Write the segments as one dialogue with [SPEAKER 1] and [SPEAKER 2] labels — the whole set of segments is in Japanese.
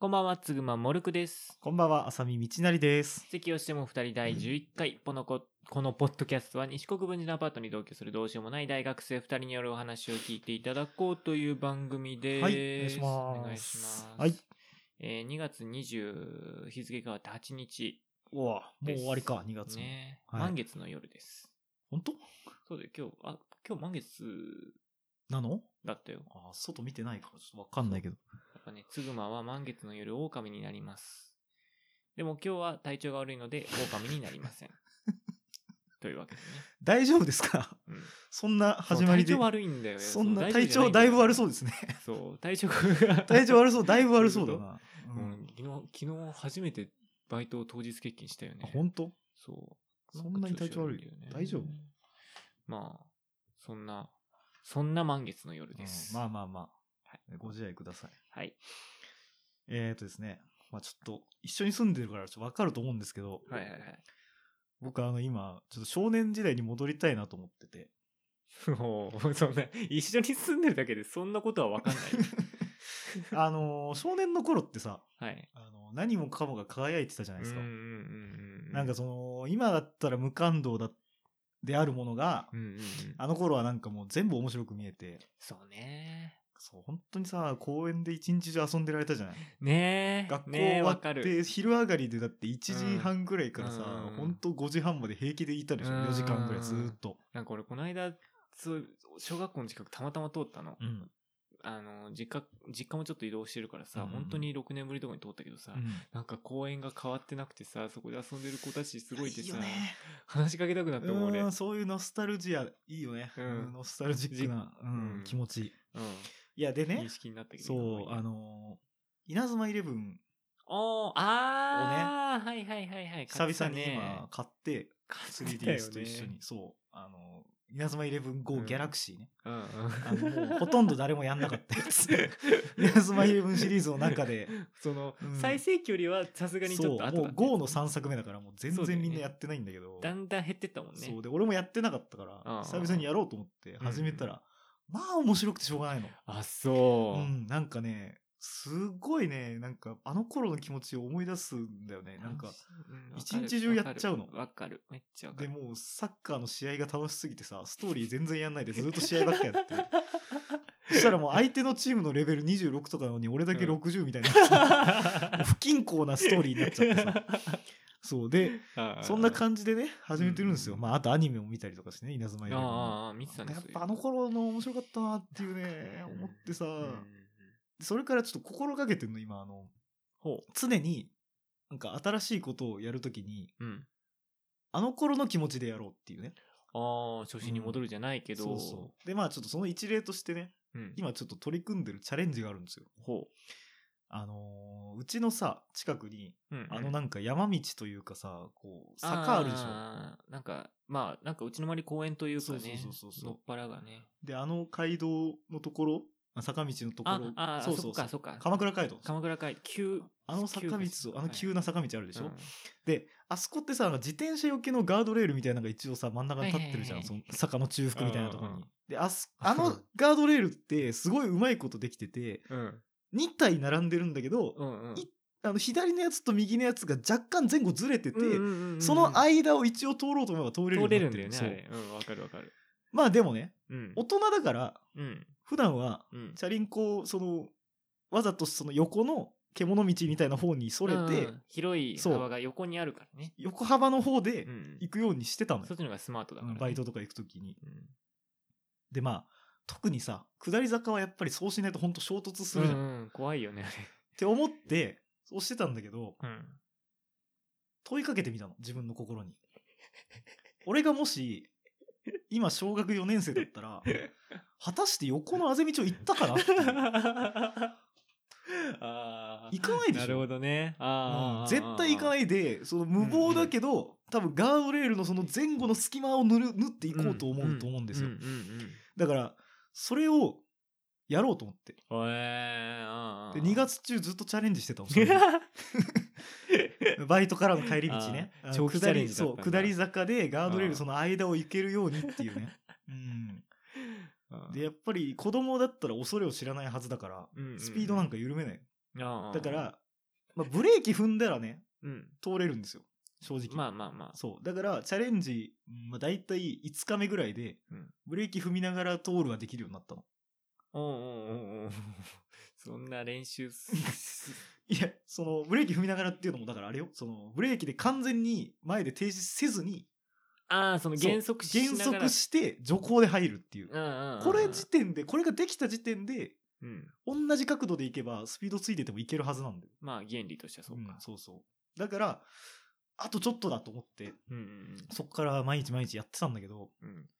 [SPEAKER 1] こんばんは、つぐまもるくです。
[SPEAKER 2] こんばんは、浅見道成です。
[SPEAKER 1] 席をしても二人第11回、このこ、このポッドキャストは西国分寺のアパートに同居するどうしようもない大学生二人によるお話を聞いていただこうという番組です。
[SPEAKER 2] はい、お願いし
[SPEAKER 1] お願
[SPEAKER 2] ま
[SPEAKER 1] いします
[SPEAKER 2] す。はい。
[SPEAKER 1] えー、2月20日付変わって8日、
[SPEAKER 2] うわ、もう終わりか、2月も。
[SPEAKER 1] ね。
[SPEAKER 2] はい
[SPEAKER 1] 満月の夜です。
[SPEAKER 2] 本当
[SPEAKER 1] そうだよ、今日、あ、今日満月
[SPEAKER 2] なの
[SPEAKER 1] だったよ。
[SPEAKER 2] あ、外見てないから、ちょっとわかんないけど。
[SPEAKER 1] やっぱね、つぐまは満月の夜、狼になります。でも今日は体調が悪いので、狼になりま せん。というわけでね。
[SPEAKER 2] 大丈夫ですか
[SPEAKER 1] うん、
[SPEAKER 2] そんな始まりで
[SPEAKER 1] そう体調。悪いんだよね。
[SPEAKER 2] そんな体調だいぶ悪そう ですね。
[SPEAKER 1] す。そう、体調が。
[SPEAKER 2] 体調悪そう、だいぶ悪そうだ
[SPEAKER 1] ど
[SPEAKER 2] な。う
[SPEAKER 1] うんん、昨日、昨日初めてバイトを当日欠勤したよ
[SPEAKER 2] あ
[SPEAKER 1] ね。
[SPEAKER 2] 本当
[SPEAKER 1] そう。
[SPEAKER 2] そんなに体調悪い
[SPEAKER 1] なんかんだよね
[SPEAKER 2] 大丈夫
[SPEAKER 1] まあ、そんな、そんな満月の夜
[SPEAKER 2] うん
[SPEAKER 1] です。
[SPEAKER 2] まあまあま
[SPEAKER 1] は
[SPEAKER 2] あ。ご自愛ください。
[SPEAKER 1] はい。
[SPEAKER 2] えーとですね。まあちょっと、一緒に住んでるからちょっとわかると思うんですけど、
[SPEAKER 1] はいはいはい。
[SPEAKER 2] 僕あの今、ちょっと少年時代に戻りたいなと思ってて。
[SPEAKER 1] もう、 そんな、一緒に住んでるだけでそんなことはわかんない。
[SPEAKER 2] あのー、少年の頃ってさ、
[SPEAKER 1] はい。
[SPEAKER 2] あの何もかもが輝いてたじゃないですか、
[SPEAKER 1] うんうんうんうん、
[SPEAKER 2] なんかその今だったら無感動だであるものが、
[SPEAKER 1] うんうんうん、
[SPEAKER 2] あの頃はなんかもう全部面白く見えて
[SPEAKER 1] そうね。
[SPEAKER 2] そう本当にさ公園で一日中遊んでられたじ ゃない
[SPEAKER 1] ねえ。
[SPEAKER 2] 学校
[SPEAKER 1] ねえ
[SPEAKER 2] 終わ
[SPEAKER 1] わ
[SPEAKER 2] っ
[SPEAKER 1] か
[SPEAKER 2] て、
[SPEAKER 1] る。
[SPEAKER 2] 昼上がりでだって1時半ぐらいからさ、
[SPEAKER 1] うん
[SPEAKER 2] ほんと5時半まで平気でいたでしょ、
[SPEAKER 1] うん
[SPEAKER 2] 4時間ぐらいずーっと、
[SPEAKER 1] なんか俺、この間、そう、小学校の近くたまたま通ったの。あの、実家、実家もちょっと移動してるからさ、
[SPEAKER 2] うんうん
[SPEAKER 1] 本当に6年ぶりとかに通ったけどさ、
[SPEAKER 2] うん
[SPEAKER 1] なんか公園が変わってなくてさ、そこで遊んでる子たちすごいって
[SPEAKER 2] いい
[SPEAKER 1] さ、
[SPEAKER 2] よね
[SPEAKER 1] 話しかけたくなったもん俺。う
[SPEAKER 2] うんん。そういうノスタルジアいいよね、
[SPEAKER 1] うん
[SPEAKER 2] ノスタルジックな、うん
[SPEAKER 1] うん
[SPEAKER 2] 気持ちいいいやでね
[SPEAKER 1] 認識になったけど。
[SPEAKER 2] そう、あ
[SPEAKER 1] の。
[SPEAKER 2] のー稲妻イレブン、
[SPEAKER 1] おー、あー、はいはいはいはい。
[SPEAKER 2] 久々に
[SPEAKER 1] ね
[SPEAKER 2] 今買って、
[SPEAKER 1] 買ったよね
[SPEAKER 2] 3DS と一緒に、そう、あのー稲妻イレブン
[SPEAKER 1] う
[SPEAKER 2] GO
[SPEAKER 1] ん
[SPEAKER 2] ギャラクシーね。
[SPEAKER 1] うんうん。
[SPEAKER 2] あの、もうほとんど誰もやんなかったや つ。稲妻イレブンシリーズの中で、
[SPEAKER 1] その、
[SPEAKER 2] うん
[SPEAKER 1] 再生距離はさすがにち
[SPEAKER 2] そ
[SPEAKER 1] ょ
[SPEAKER 2] う、
[SPEAKER 1] っと後だ
[SPEAKER 2] もう
[SPEAKER 1] った
[SPEAKER 2] GO の3作目だから、もう全
[SPEAKER 1] そうだよ
[SPEAKER 2] 然
[SPEAKER 1] ね
[SPEAKER 2] みんなやってないんだけど、
[SPEAKER 1] だんだん減ってったもんね。
[SPEAKER 2] そうで、俺もやってなかったか
[SPEAKER 1] うんうんうん
[SPEAKER 2] ら、久々にやろうと思って始めたら、まあ面白くてしょうがないの。
[SPEAKER 1] あ、そうう。
[SPEAKER 2] ん、なんかね、すごいね、なんかあの頃の気持ちを思い出すんだよね。なんか、
[SPEAKER 1] うん、
[SPEAKER 2] 一日中やっちゃうの
[SPEAKER 1] わかる。わかるめっちゃわか
[SPEAKER 2] で
[SPEAKER 1] る。
[SPEAKER 2] もうサッカーの試合が楽しすぎてさストーリー全然やんないでずっと試合ばっかやってそしたらもう相手のチームのレベル26とかなのに俺だけ
[SPEAKER 1] うん
[SPEAKER 2] 60みたいになっちゃって、不均衡なストーリーになっちゃっ てさそうでそんな感じでね始めてるんですよ、
[SPEAKER 1] うん
[SPEAKER 2] まああとアニメも見たりとかしてね稲妻
[SPEAKER 1] じ
[SPEAKER 2] イ
[SPEAKER 1] あ
[SPEAKER 2] レ
[SPEAKER 1] あ
[SPEAKER 2] ブン
[SPEAKER 1] ああ、見てたね。
[SPEAKER 2] やっ
[SPEAKER 1] そういう
[SPEAKER 2] ぱあの、頃の面白かったなっていうね思ってさ、
[SPEAKER 1] うん
[SPEAKER 2] それからちょっと心がけてるの今あの
[SPEAKER 1] ほ
[SPEAKER 2] 常になんか新しいことをやるときに
[SPEAKER 1] う。うん。
[SPEAKER 2] あの頃の気持ちでやろうっていうね
[SPEAKER 1] ああ、初心に戻るじゃないけど。
[SPEAKER 2] そうそうでまあちょっとその一例としてね
[SPEAKER 1] うん。
[SPEAKER 2] 今ちょっと取り組んでるチャレンジがあるんですよ。
[SPEAKER 1] ほ
[SPEAKER 2] あのーうちのさ近くに
[SPEAKER 1] う。うん。
[SPEAKER 2] あのなんか山道というかさこう
[SPEAKER 1] あー、
[SPEAKER 2] 坂あるでしょ。
[SPEAKER 1] ょ。なんか、まあ、なんかうちの周り公園というかね。
[SPEAKER 2] そうそうそうそう
[SPEAKER 1] のっぱらがね。
[SPEAKER 2] であの街道のところあ坂道のとこ
[SPEAKER 1] あ
[SPEAKER 2] ろ、
[SPEAKER 1] あー、
[SPEAKER 2] そう
[SPEAKER 1] そ
[SPEAKER 2] そ
[SPEAKER 1] っ
[SPEAKER 2] うそ
[SPEAKER 1] か
[SPEAKER 2] う
[SPEAKER 1] そっか。
[SPEAKER 2] 鎌倉街道
[SPEAKER 1] 鎌倉街、急。
[SPEAKER 2] あの坂道
[SPEAKER 1] 急
[SPEAKER 2] をあの急
[SPEAKER 1] はい
[SPEAKER 2] な坂道あるでし
[SPEAKER 1] う
[SPEAKER 2] ょ、
[SPEAKER 1] ん
[SPEAKER 2] であそこってさなんか自転車よけのガードレールみたいなのが一応さ真ん中に立ってるじゃん、
[SPEAKER 1] はいはい
[SPEAKER 2] その坂の中腹みたいなところ
[SPEAKER 1] うんうん
[SPEAKER 2] に
[SPEAKER 1] う。
[SPEAKER 2] であ すあのガードレールってすごいうまいことできてて
[SPEAKER 1] うん。
[SPEAKER 2] 2体並んでるんだけど、
[SPEAKER 1] うんうん。
[SPEAKER 2] いあの左のやつと右のやつが若干前後ずれてて、
[SPEAKER 1] うんうんうんうん
[SPEAKER 2] その間を一応通ろうと思えば通れるよう
[SPEAKER 1] 通
[SPEAKER 2] に
[SPEAKER 1] れ
[SPEAKER 2] な
[SPEAKER 1] る
[SPEAKER 2] っ
[SPEAKER 1] ん
[SPEAKER 2] て
[SPEAKER 1] だ
[SPEAKER 2] る
[SPEAKER 1] よね、あ
[SPEAKER 2] そう
[SPEAKER 1] れ。うん、わかるわかる。
[SPEAKER 2] まあでもね
[SPEAKER 1] うん。
[SPEAKER 2] 大人だから
[SPEAKER 1] うん。
[SPEAKER 2] 普段は
[SPEAKER 1] うん。
[SPEAKER 2] チャリンコをそのわざとその横の獣道みたいな方にそれて、
[SPEAKER 1] うん広い幅が横にあるからね。
[SPEAKER 2] 横幅の方で
[SPEAKER 1] うん。
[SPEAKER 2] 行くようにしてたのよ
[SPEAKER 1] そっちの方がスマートだから、
[SPEAKER 2] う
[SPEAKER 1] ね
[SPEAKER 2] んバイトとか行く時に。
[SPEAKER 1] うん
[SPEAKER 2] でまあ特にさ下り坂はやっぱりそうしないと本当衝突するじゃん、
[SPEAKER 1] う
[SPEAKER 2] っ
[SPEAKER 1] んうん怖いよね、
[SPEAKER 2] て思ってそうしてたんだけど
[SPEAKER 1] あれ。うん。
[SPEAKER 2] 問いかけてみたの自分の心に俺がもし今小学4年生だったら 果たして横のあぜ道を行ったかなっていう
[SPEAKER 1] あー
[SPEAKER 2] 行かないでしょ
[SPEAKER 1] なるほどね。あ
[SPEAKER 2] うん
[SPEAKER 1] ー
[SPEAKER 2] 絶対行か
[SPEAKER 1] い。
[SPEAKER 2] ないでその無謀だけど、多分ガードレールのその前後の隙間を塗る縫っていこうと思うと思うんですよ、
[SPEAKER 1] うんうんうん
[SPEAKER 2] だからそれをやろうと思って
[SPEAKER 1] うんえーあー
[SPEAKER 2] で2。月中ずっとチャレンジしてたの それバイトからの帰り道ね
[SPEAKER 1] あー
[SPEAKER 2] あの
[SPEAKER 1] 長期チャレンジだったんだ
[SPEAKER 2] 下りそう下り坂でガードレー
[SPEAKER 1] あ
[SPEAKER 2] ル
[SPEAKER 1] ー
[SPEAKER 2] その間を行けるようにっていう ね、うん、でやっぱり子供だったら恐れを知らないはずだから、スピードなん
[SPEAKER 1] か
[SPEAKER 2] か緩めないだか、らまあ、ブレーキ踏んだらね、
[SPEAKER 1] うん。
[SPEAKER 2] 通れるんですよ。正直。
[SPEAKER 1] まあまあまあ。
[SPEAKER 2] そう。だから、チャレンジ、うんまあ、大体5日目ぐらいで
[SPEAKER 1] うん、
[SPEAKER 2] ブレーキ踏みながら通るはできるようになったの。
[SPEAKER 1] おうおう おうおうそんな練習す
[SPEAKER 2] いや、その、ブレーキ踏みながらっていうのも、だからあれよ、その、ブレーキで完全に前で停止せずに、
[SPEAKER 1] ああ、その減速し
[SPEAKER 2] 減
[SPEAKER 1] ながら
[SPEAKER 2] 速して、徐行で入るっていう。
[SPEAKER 1] うんうんうん、
[SPEAKER 2] これ時点で、これができた時点で、
[SPEAKER 1] うん。
[SPEAKER 2] 同じ角度で行けば、スピードついててもいけるはずなんだよ。
[SPEAKER 1] まあ原理としてはそう
[SPEAKER 2] うん
[SPEAKER 1] か。
[SPEAKER 2] そうそう。だから、あとちょっとだと思って、
[SPEAKER 1] うんうん
[SPEAKER 2] そっから毎日毎日やってたんだけど、
[SPEAKER 1] うん。うん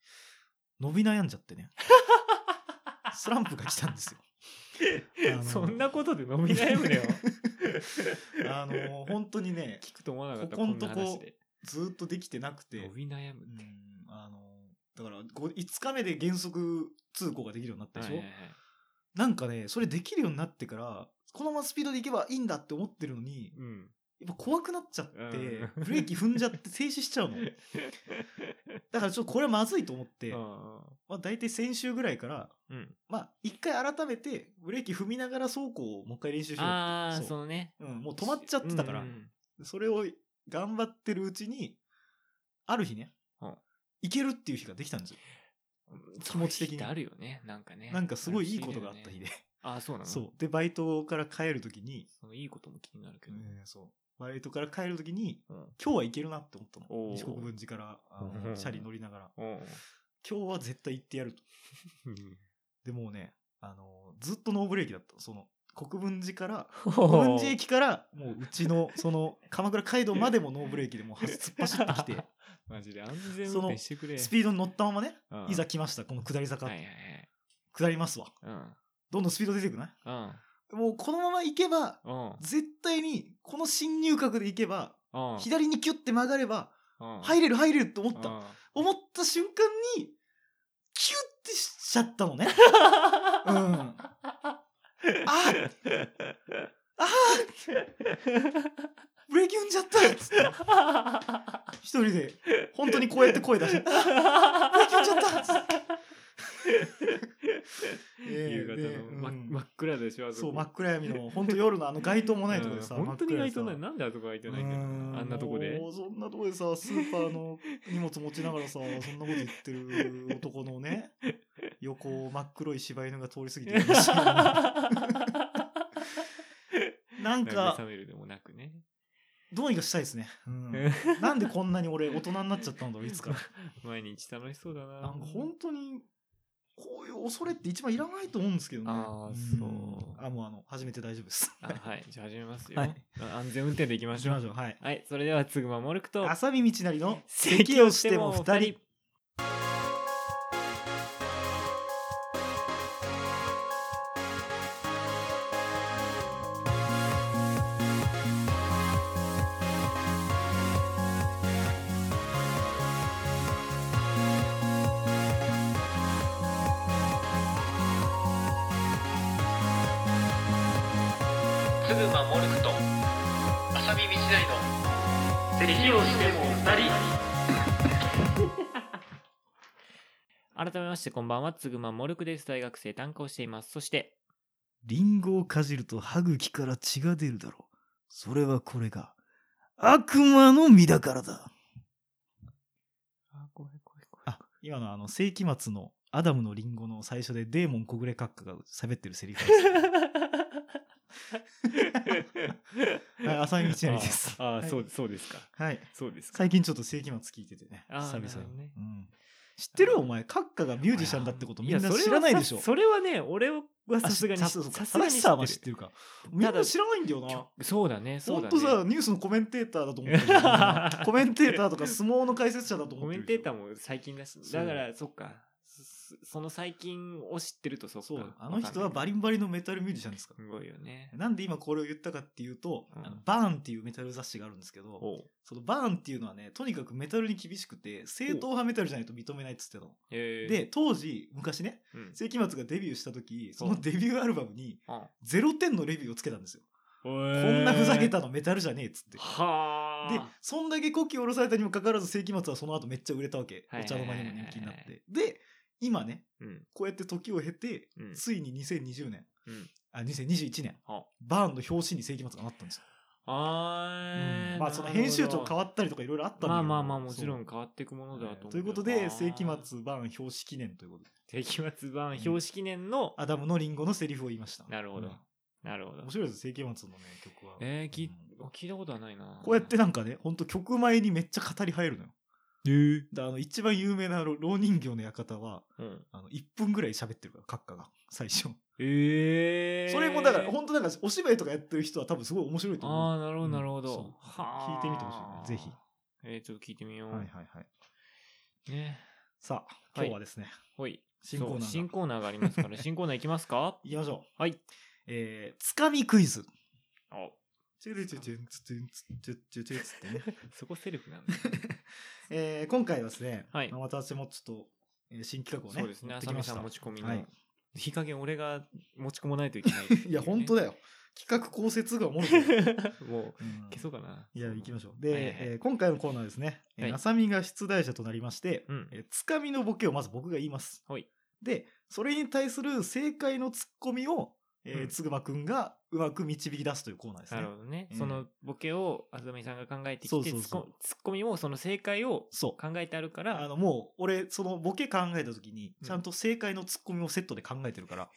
[SPEAKER 2] 伸び悩んじ ゃってね。スランプが来たんですよ。 あの
[SPEAKER 1] そんなことで飲み悩むねよ。
[SPEAKER 2] あの、本当にね、
[SPEAKER 1] 聞くと思わなかった。
[SPEAKER 2] ここんと
[SPEAKER 1] な
[SPEAKER 2] こ
[SPEAKER 1] 話で。
[SPEAKER 2] ずーっとできてなくて、
[SPEAKER 1] 伸び悩む
[SPEAKER 2] う。ん、あの、だから、5日目で減速通行ができるようになったでしょ、
[SPEAKER 1] はいはいはい
[SPEAKER 2] なんかね、それできるようになってから、このままスピードで行けばいいんだって思ってるのに、
[SPEAKER 1] うん。
[SPEAKER 2] やっぱ怖くなっちゃって、
[SPEAKER 1] うん
[SPEAKER 2] ブレーキ踏んじゃって停止しち ゃうの。だからちょっとこれはまずいと思って、
[SPEAKER 1] あ
[SPEAKER 2] まあ大体先週ぐらいから、
[SPEAKER 1] ーうん。
[SPEAKER 2] まあ一回改めてブレーキ踏みながら走行をもう一回練習しよ
[SPEAKER 1] ああ、
[SPEAKER 2] そう
[SPEAKER 1] そのね。
[SPEAKER 2] う。うん、もう止まっちゃってたから、
[SPEAKER 1] うんうん
[SPEAKER 2] それを頑張ってるうちに、ある日ね、
[SPEAKER 1] うん
[SPEAKER 2] いけるっていう日ができたんですよ。
[SPEAKER 1] うん
[SPEAKER 2] 気持ち的に
[SPEAKER 1] そういう日ってあるよね。なんかね。
[SPEAKER 2] なんかすごいいいことがあった
[SPEAKER 1] 楽し
[SPEAKER 2] 日
[SPEAKER 1] い
[SPEAKER 2] で。
[SPEAKER 1] よねああ、そうなの
[SPEAKER 2] そう。で、バイトから帰るときに、
[SPEAKER 1] そのいいことも気になるけど。
[SPEAKER 2] えーそう。バイトから帰るときに、
[SPEAKER 1] うん
[SPEAKER 2] 今日はいけるなって思った
[SPEAKER 1] おー
[SPEAKER 2] の。西国分寺から、あ
[SPEAKER 1] う
[SPEAKER 2] の、
[SPEAKER 1] ん
[SPEAKER 2] チャリ乗りながら。
[SPEAKER 1] おう
[SPEAKER 2] 今日は絶対行ってやると。で、もうね、あの、ずっとノーブレーキだった。その、国分寺から、国分寺駅から、もううちの、その、鎌倉街道までもノーブレーキでもうは突っ走ってき
[SPEAKER 1] マジで安全運
[SPEAKER 2] その
[SPEAKER 1] 転してくれ。
[SPEAKER 2] て、スピードに乗ったままね、
[SPEAKER 1] うん
[SPEAKER 2] いざ来ました、この下り坂、
[SPEAKER 1] はいはいはい。
[SPEAKER 2] 下りますわ。
[SPEAKER 1] うん。
[SPEAKER 2] どんどんスピード出てくない
[SPEAKER 1] うん。
[SPEAKER 2] もうこのまま行けば、
[SPEAKER 1] うん。
[SPEAKER 2] 絶対に、この進入角で行けば、
[SPEAKER 1] うん。
[SPEAKER 2] 左にキュッて曲がれば、入
[SPEAKER 1] る
[SPEAKER 2] れる入れると思
[SPEAKER 1] と
[SPEAKER 2] った。思った瞬間に、キュッてしちゃっ たのね。うん。あーあブレーキ踏んじゃったっつって一人で、本当にこうやって声出して、あブレーキ踏んじゃったっつって。
[SPEAKER 1] 夕方
[SPEAKER 2] で
[SPEAKER 1] のま
[SPEAKER 2] うん
[SPEAKER 1] 真っ暗でしょ、あ
[SPEAKER 2] そ、
[SPEAKER 1] そうこ
[SPEAKER 2] 真っ暗闇の、本当夜のあの街灯もないとこでさ、
[SPEAKER 1] うん本当に
[SPEAKER 2] 真っ
[SPEAKER 1] 街
[SPEAKER 2] 暗
[SPEAKER 1] 灯
[SPEAKER 2] で
[SPEAKER 1] な
[SPEAKER 2] さ
[SPEAKER 1] い。なんであそこ開いてないんだ ろう
[SPEAKER 2] う
[SPEAKER 1] なあんなとこで
[SPEAKER 2] も。うそんなとこでさスーパーの荷物持ちながらさそんなこと言ってる男のね横を真っ黒い柴犬が通り過ぎていきました なんか
[SPEAKER 1] 慰めるでもなくね。
[SPEAKER 2] どうにかしたいですね、 うん、なんでこんなに俺大人になっちゃったんだろういつか
[SPEAKER 1] 毎日楽しそうだな。
[SPEAKER 2] なんか本当にこういう恐れって一番いらないと思うんですけどね
[SPEAKER 1] あーそうん
[SPEAKER 2] あもうあの初めて大丈夫です
[SPEAKER 1] あはい。じゃあ始めますよ。
[SPEAKER 2] はい
[SPEAKER 1] あ安全運転でいきましょう。
[SPEAKER 2] ょうはい
[SPEAKER 1] はい。それでは、つぐまもるくと、
[SPEAKER 2] 浅見道成の
[SPEAKER 1] 咳をしても二人。
[SPEAKER 3] すぐ守ること浅見道大の咳をしても二人
[SPEAKER 1] 改めまして、こんばんは。つぐまもるくです。大学生担当しています。そして、
[SPEAKER 2] リンゴをかじると歯茎から血が出るだろう。それはこれが、悪魔の実だからだ。
[SPEAKER 1] あ、怖い怖い怖い。
[SPEAKER 2] あ、今のあの、世紀末のアダムのリンゴの最初でデーモン小暮閣下が喋ってるセリフです。 はい、浅見道成です。
[SPEAKER 1] あ ーあー、
[SPEAKER 2] はい
[SPEAKER 1] そうそうですか。
[SPEAKER 2] はい。
[SPEAKER 1] そうですか。
[SPEAKER 2] 最近ちょっと世紀末聞いててね。
[SPEAKER 1] あーな
[SPEAKER 2] 久々
[SPEAKER 1] るほど
[SPEAKER 2] に
[SPEAKER 1] ね。
[SPEAKER 2] うん知ってるお前、閣下がミュージシャンだってことみん
[SPEAKER 1] い
[SPEAKER 2] な
[SPEAKER 1] やそれは
[SPEAKER 2] 知らないでしょ
[SPEAKER 1] さ。それはね、俺は
[SPEAKER 2] あ
[SPEAKER 1] さすがに、
[SPEAKER 2] さ
[SPEAKER 1] さ
[SPEAKER 2] す
[SPEAKER 1] す
[SPEAKER 2] がに知
[SPEAKER 1] がに
[SPEAKER 2] ってる。
[SPEAKER 1] 知
[SPEAKER 2] 知っ
[SPEAKER 1] ってて
[SPEAKER 2] るか。みんな知らないんだよな。
[SPEAKER 1] る。そうだね、そ
[SPEAKER 2] ほ
[SPEAKER 1] うんだ
[SPEAKER 2] とさ、
[SPEAKER 1] ね。
[SPEAKER 2] ニュースのコメンテーターだと思ってるから。コメンテーターとか相撲の解説者だと
[SPEAKER 1] コ
[SPEAKER 2] 思っ
[SPEAKER 1] メ
[SPEAKER 2] てる
[SPEAKER 1] ンテー
[SPEAKER 2] ー
[SPEAKER 1] ターも最近だし、
[SPEAKER 2] そう
[SPEAKER 1] だから、そっか。そその最近を知ってるとそっか。
[SPEAKER 2] そう、あの人は
[SPEAKER 1] わかんない
[SPEAKER 2] バリンバリのメタルミュージシャンですから。
[SPEAKER 1] すごいよね。
[SPEAKER 2] なんで今これを言ったかっていうと、
[SPEAKER 1] うん
[SPEAKER 2] あのバーンっていうメタル雑誌があるんですけど、
[SPEAKER 1] おう
[SPEAKER 2] そのバーンっていうのはね、とにかくメタルに厳しくて、正統派メタルじゃないと認めないっつってたの。
[SPEAKER 1] へー、
[SPEAKER 2] で、当時、昔ね、
[SPEAKER 1] うん、
[SPEAKER 2] 世紀末がデビューした時、そ
[SPEAKER 1] お
[SPEAKER 2] のデビューアルバムに
[SPEAKER 1] あ
[SPEAKER 2] 0点のレビューをつけたんですよ。
[SPEAKER 1] こ
[SPEAKER 2] こん
[SPEAKER 1] ん
[SPEAKER 2] なふざけたのメタルじゃねえっつって。
[SPEAKER 1] は
[SPEAKER 2] で
[SPEAKER 1] あ。
[SPEAKER 2] そんだけ古希下ろされたにもかかわらず世紀末はその後めっちゃ売れたわけ、
[SPEAKER 1] はい
[SPEAKER 2] お茶の間にも人気になっ
[SPEAKER 1] はいは
[SPEAKER 2] てで今ね
[SPEAKER 1] で、うん。
[SPEAKER 2] こうやって時を経て、
[SPEAKER 1] うん
[SPEAKER 2] ついに2020年、
[SPEAKER 1] うん
[SPEAKER 2] あ2021年
[SPEAKER 1] あ
[SPEAKER 2] バーンの表紙に世紀末がなったんですよ
[SPEAKER 1] あー
[SPEAKER 2] まあその編集長変
[SPEAKER 1] わっ
[SPEAKER 2] わったりとかいろいろあったんだけど
[SPEAKER 1] まあまあまあもちろ
[SPEAKER 2] そ
[SPEAKER 1] ん
[SPEAKER 2] う
[SPEAKER 1] 変わっていくものだと思うけど。
[SPEAKER 2] ということ
[SPEAKER 1] あ
[SPEAKER 2] で
[SPEAKER 1] ー
[SPEAKER 2] 世紀。末版表紙記念ということで
[SPEAKER 1] 世紀末版表紙記念の、
[SPEAKER 2] アダムのリンゴのセリフを言いました
[SPEAKER 1] なるほど
[SPEAKER 2] うん
[SPEAKER 1] なるほど
[SPEAKER 2] 面。白いです世紀末のね曲は
[SPEAKER 1] えー、き
[SPEAKER 2] うん
[SPEAKER 1] 聞いたことはないな。
[SPEAKER 2] こうやってなんかねほんと曲前にめっちゃ語り入るのよ
[SPEAKER 1] えー、
[SPEAKER 2] であの一番有名なろ老人形の館は
[SPEAKER 1] うん。
[SPEAKER 2] あの1分ぐらい喋ってるから閣下が最初
[SPEAKER 1] えー、
[SPEAKER 2] それもだから本当なんかお芝居とかやってる人は多分すごい面白いと
[SPEAKER 1] あ
[SPEAKER 2] 思
[SPEAKER 1] あ、
[SPEAKER 2] う
[SPEAKER 1] なるほど、なるほ
[SPEAKER 2] うんそ
[SPEAKER 1] ど
[SPEAKER 2] う。聞いてみてほしいねぜひ。
[SPEAKER 1] えー、ちょっと聞いてみよう。
[SPEAKER 2] はいはいはい
[SPEAKER 1] ね。
[SPEAKER 2] さあ今日はですね、
[SPEAKER 1] ほい。
[SPEAKER 2] 新コーナー
[SPEAKER 1] そ
[SPEAKER 2] が
[SPEAKER 1] う新コーナーがありますから、新コーナーいきます か
[SPEAKER 2] いきましょう
[SPEAKER 1] はい。
[SPEAKER 2] えー、つかみクイズ
[SPEAKER 1] あ、
[SPEAKER 2] チュルチュチュンツチュンツチュッチュチュッつってね
[SPEAKER 1] そこセルフなんだ。
[SPEAKER 2] えー今回はですね、
[SPEAKER 1] はい
[SPEAKER 2] まあ私もちょっと、えー新企画をね、
[SPEAKER 1] そうですね。
[SPEAKER 2] 持って
[SPEAKER 1] 浅
[SPEAKER 2] きま
[SPEAKER 1] 見
[SPEAKER 2] し
[SPEAKER 1] さ
[SPEAKER 2] た
[SPEAKER 1] ん持ち込みの。
[SPEAKER 2] はいい、
[SPEAKER 1] い加減俺が持ち込まないといけないってうね、
[SPEAKER 2] いや、本当だよ。企画構成通がおもろいけど、
[SPEAKER 1] もう、
[SPEAKER 2] うん
[SPEAKER 1] 消そうかな。
[SPEAKER 2] いや、行きましょう。
[SPEAKER 1] は
[SPEAKER 2] で、
[SPEAKER 1] いはいはい
[SPEAKER 2] えー今回のコーナーですね、え
[SPEAKER 1] は
[SPEAKER 2] ー
[SPEAKER 1] い
[SPEAKER 2] あさみが出題者となりまして、
[SPEAKER 1] うん
[SPEAKER 2] えーつかみのボケをまず僕が言います。
[SPEAKER 1] はい
[SPEAKER 2] で、それに対する正解のツッコミを、えー
[SPEAKER 1] うん
[SPEAKER 2] つぐまくんがうまく導き出すというコーナーですね。
[SPEAKER 1] なるほどね。
[SPEAKER 2] うん
[SPEAKER 1] そのボケを、あずみさんが考えて
[SPEAKER 2] そ
[SPEAKER 1] きて、
[SPEAKER 2] うそう
[SPEAKER 1] ツッ
[SPEAKER 2] そう
[SPEAKER 1] コツッコミもその正解を
[SPEAKER 2] そう。
[SPEAKER 1] 考えてあるか
[SPEAKER 2] あ
[SPEAKER 1] ら、
[SPEAKER 2] の、もう、俺、そのボケ考えた時に、
[SPEAKER 1] うん
[SPEAKER 2] ちゃんと正解のツッコミをセットで考えて るから、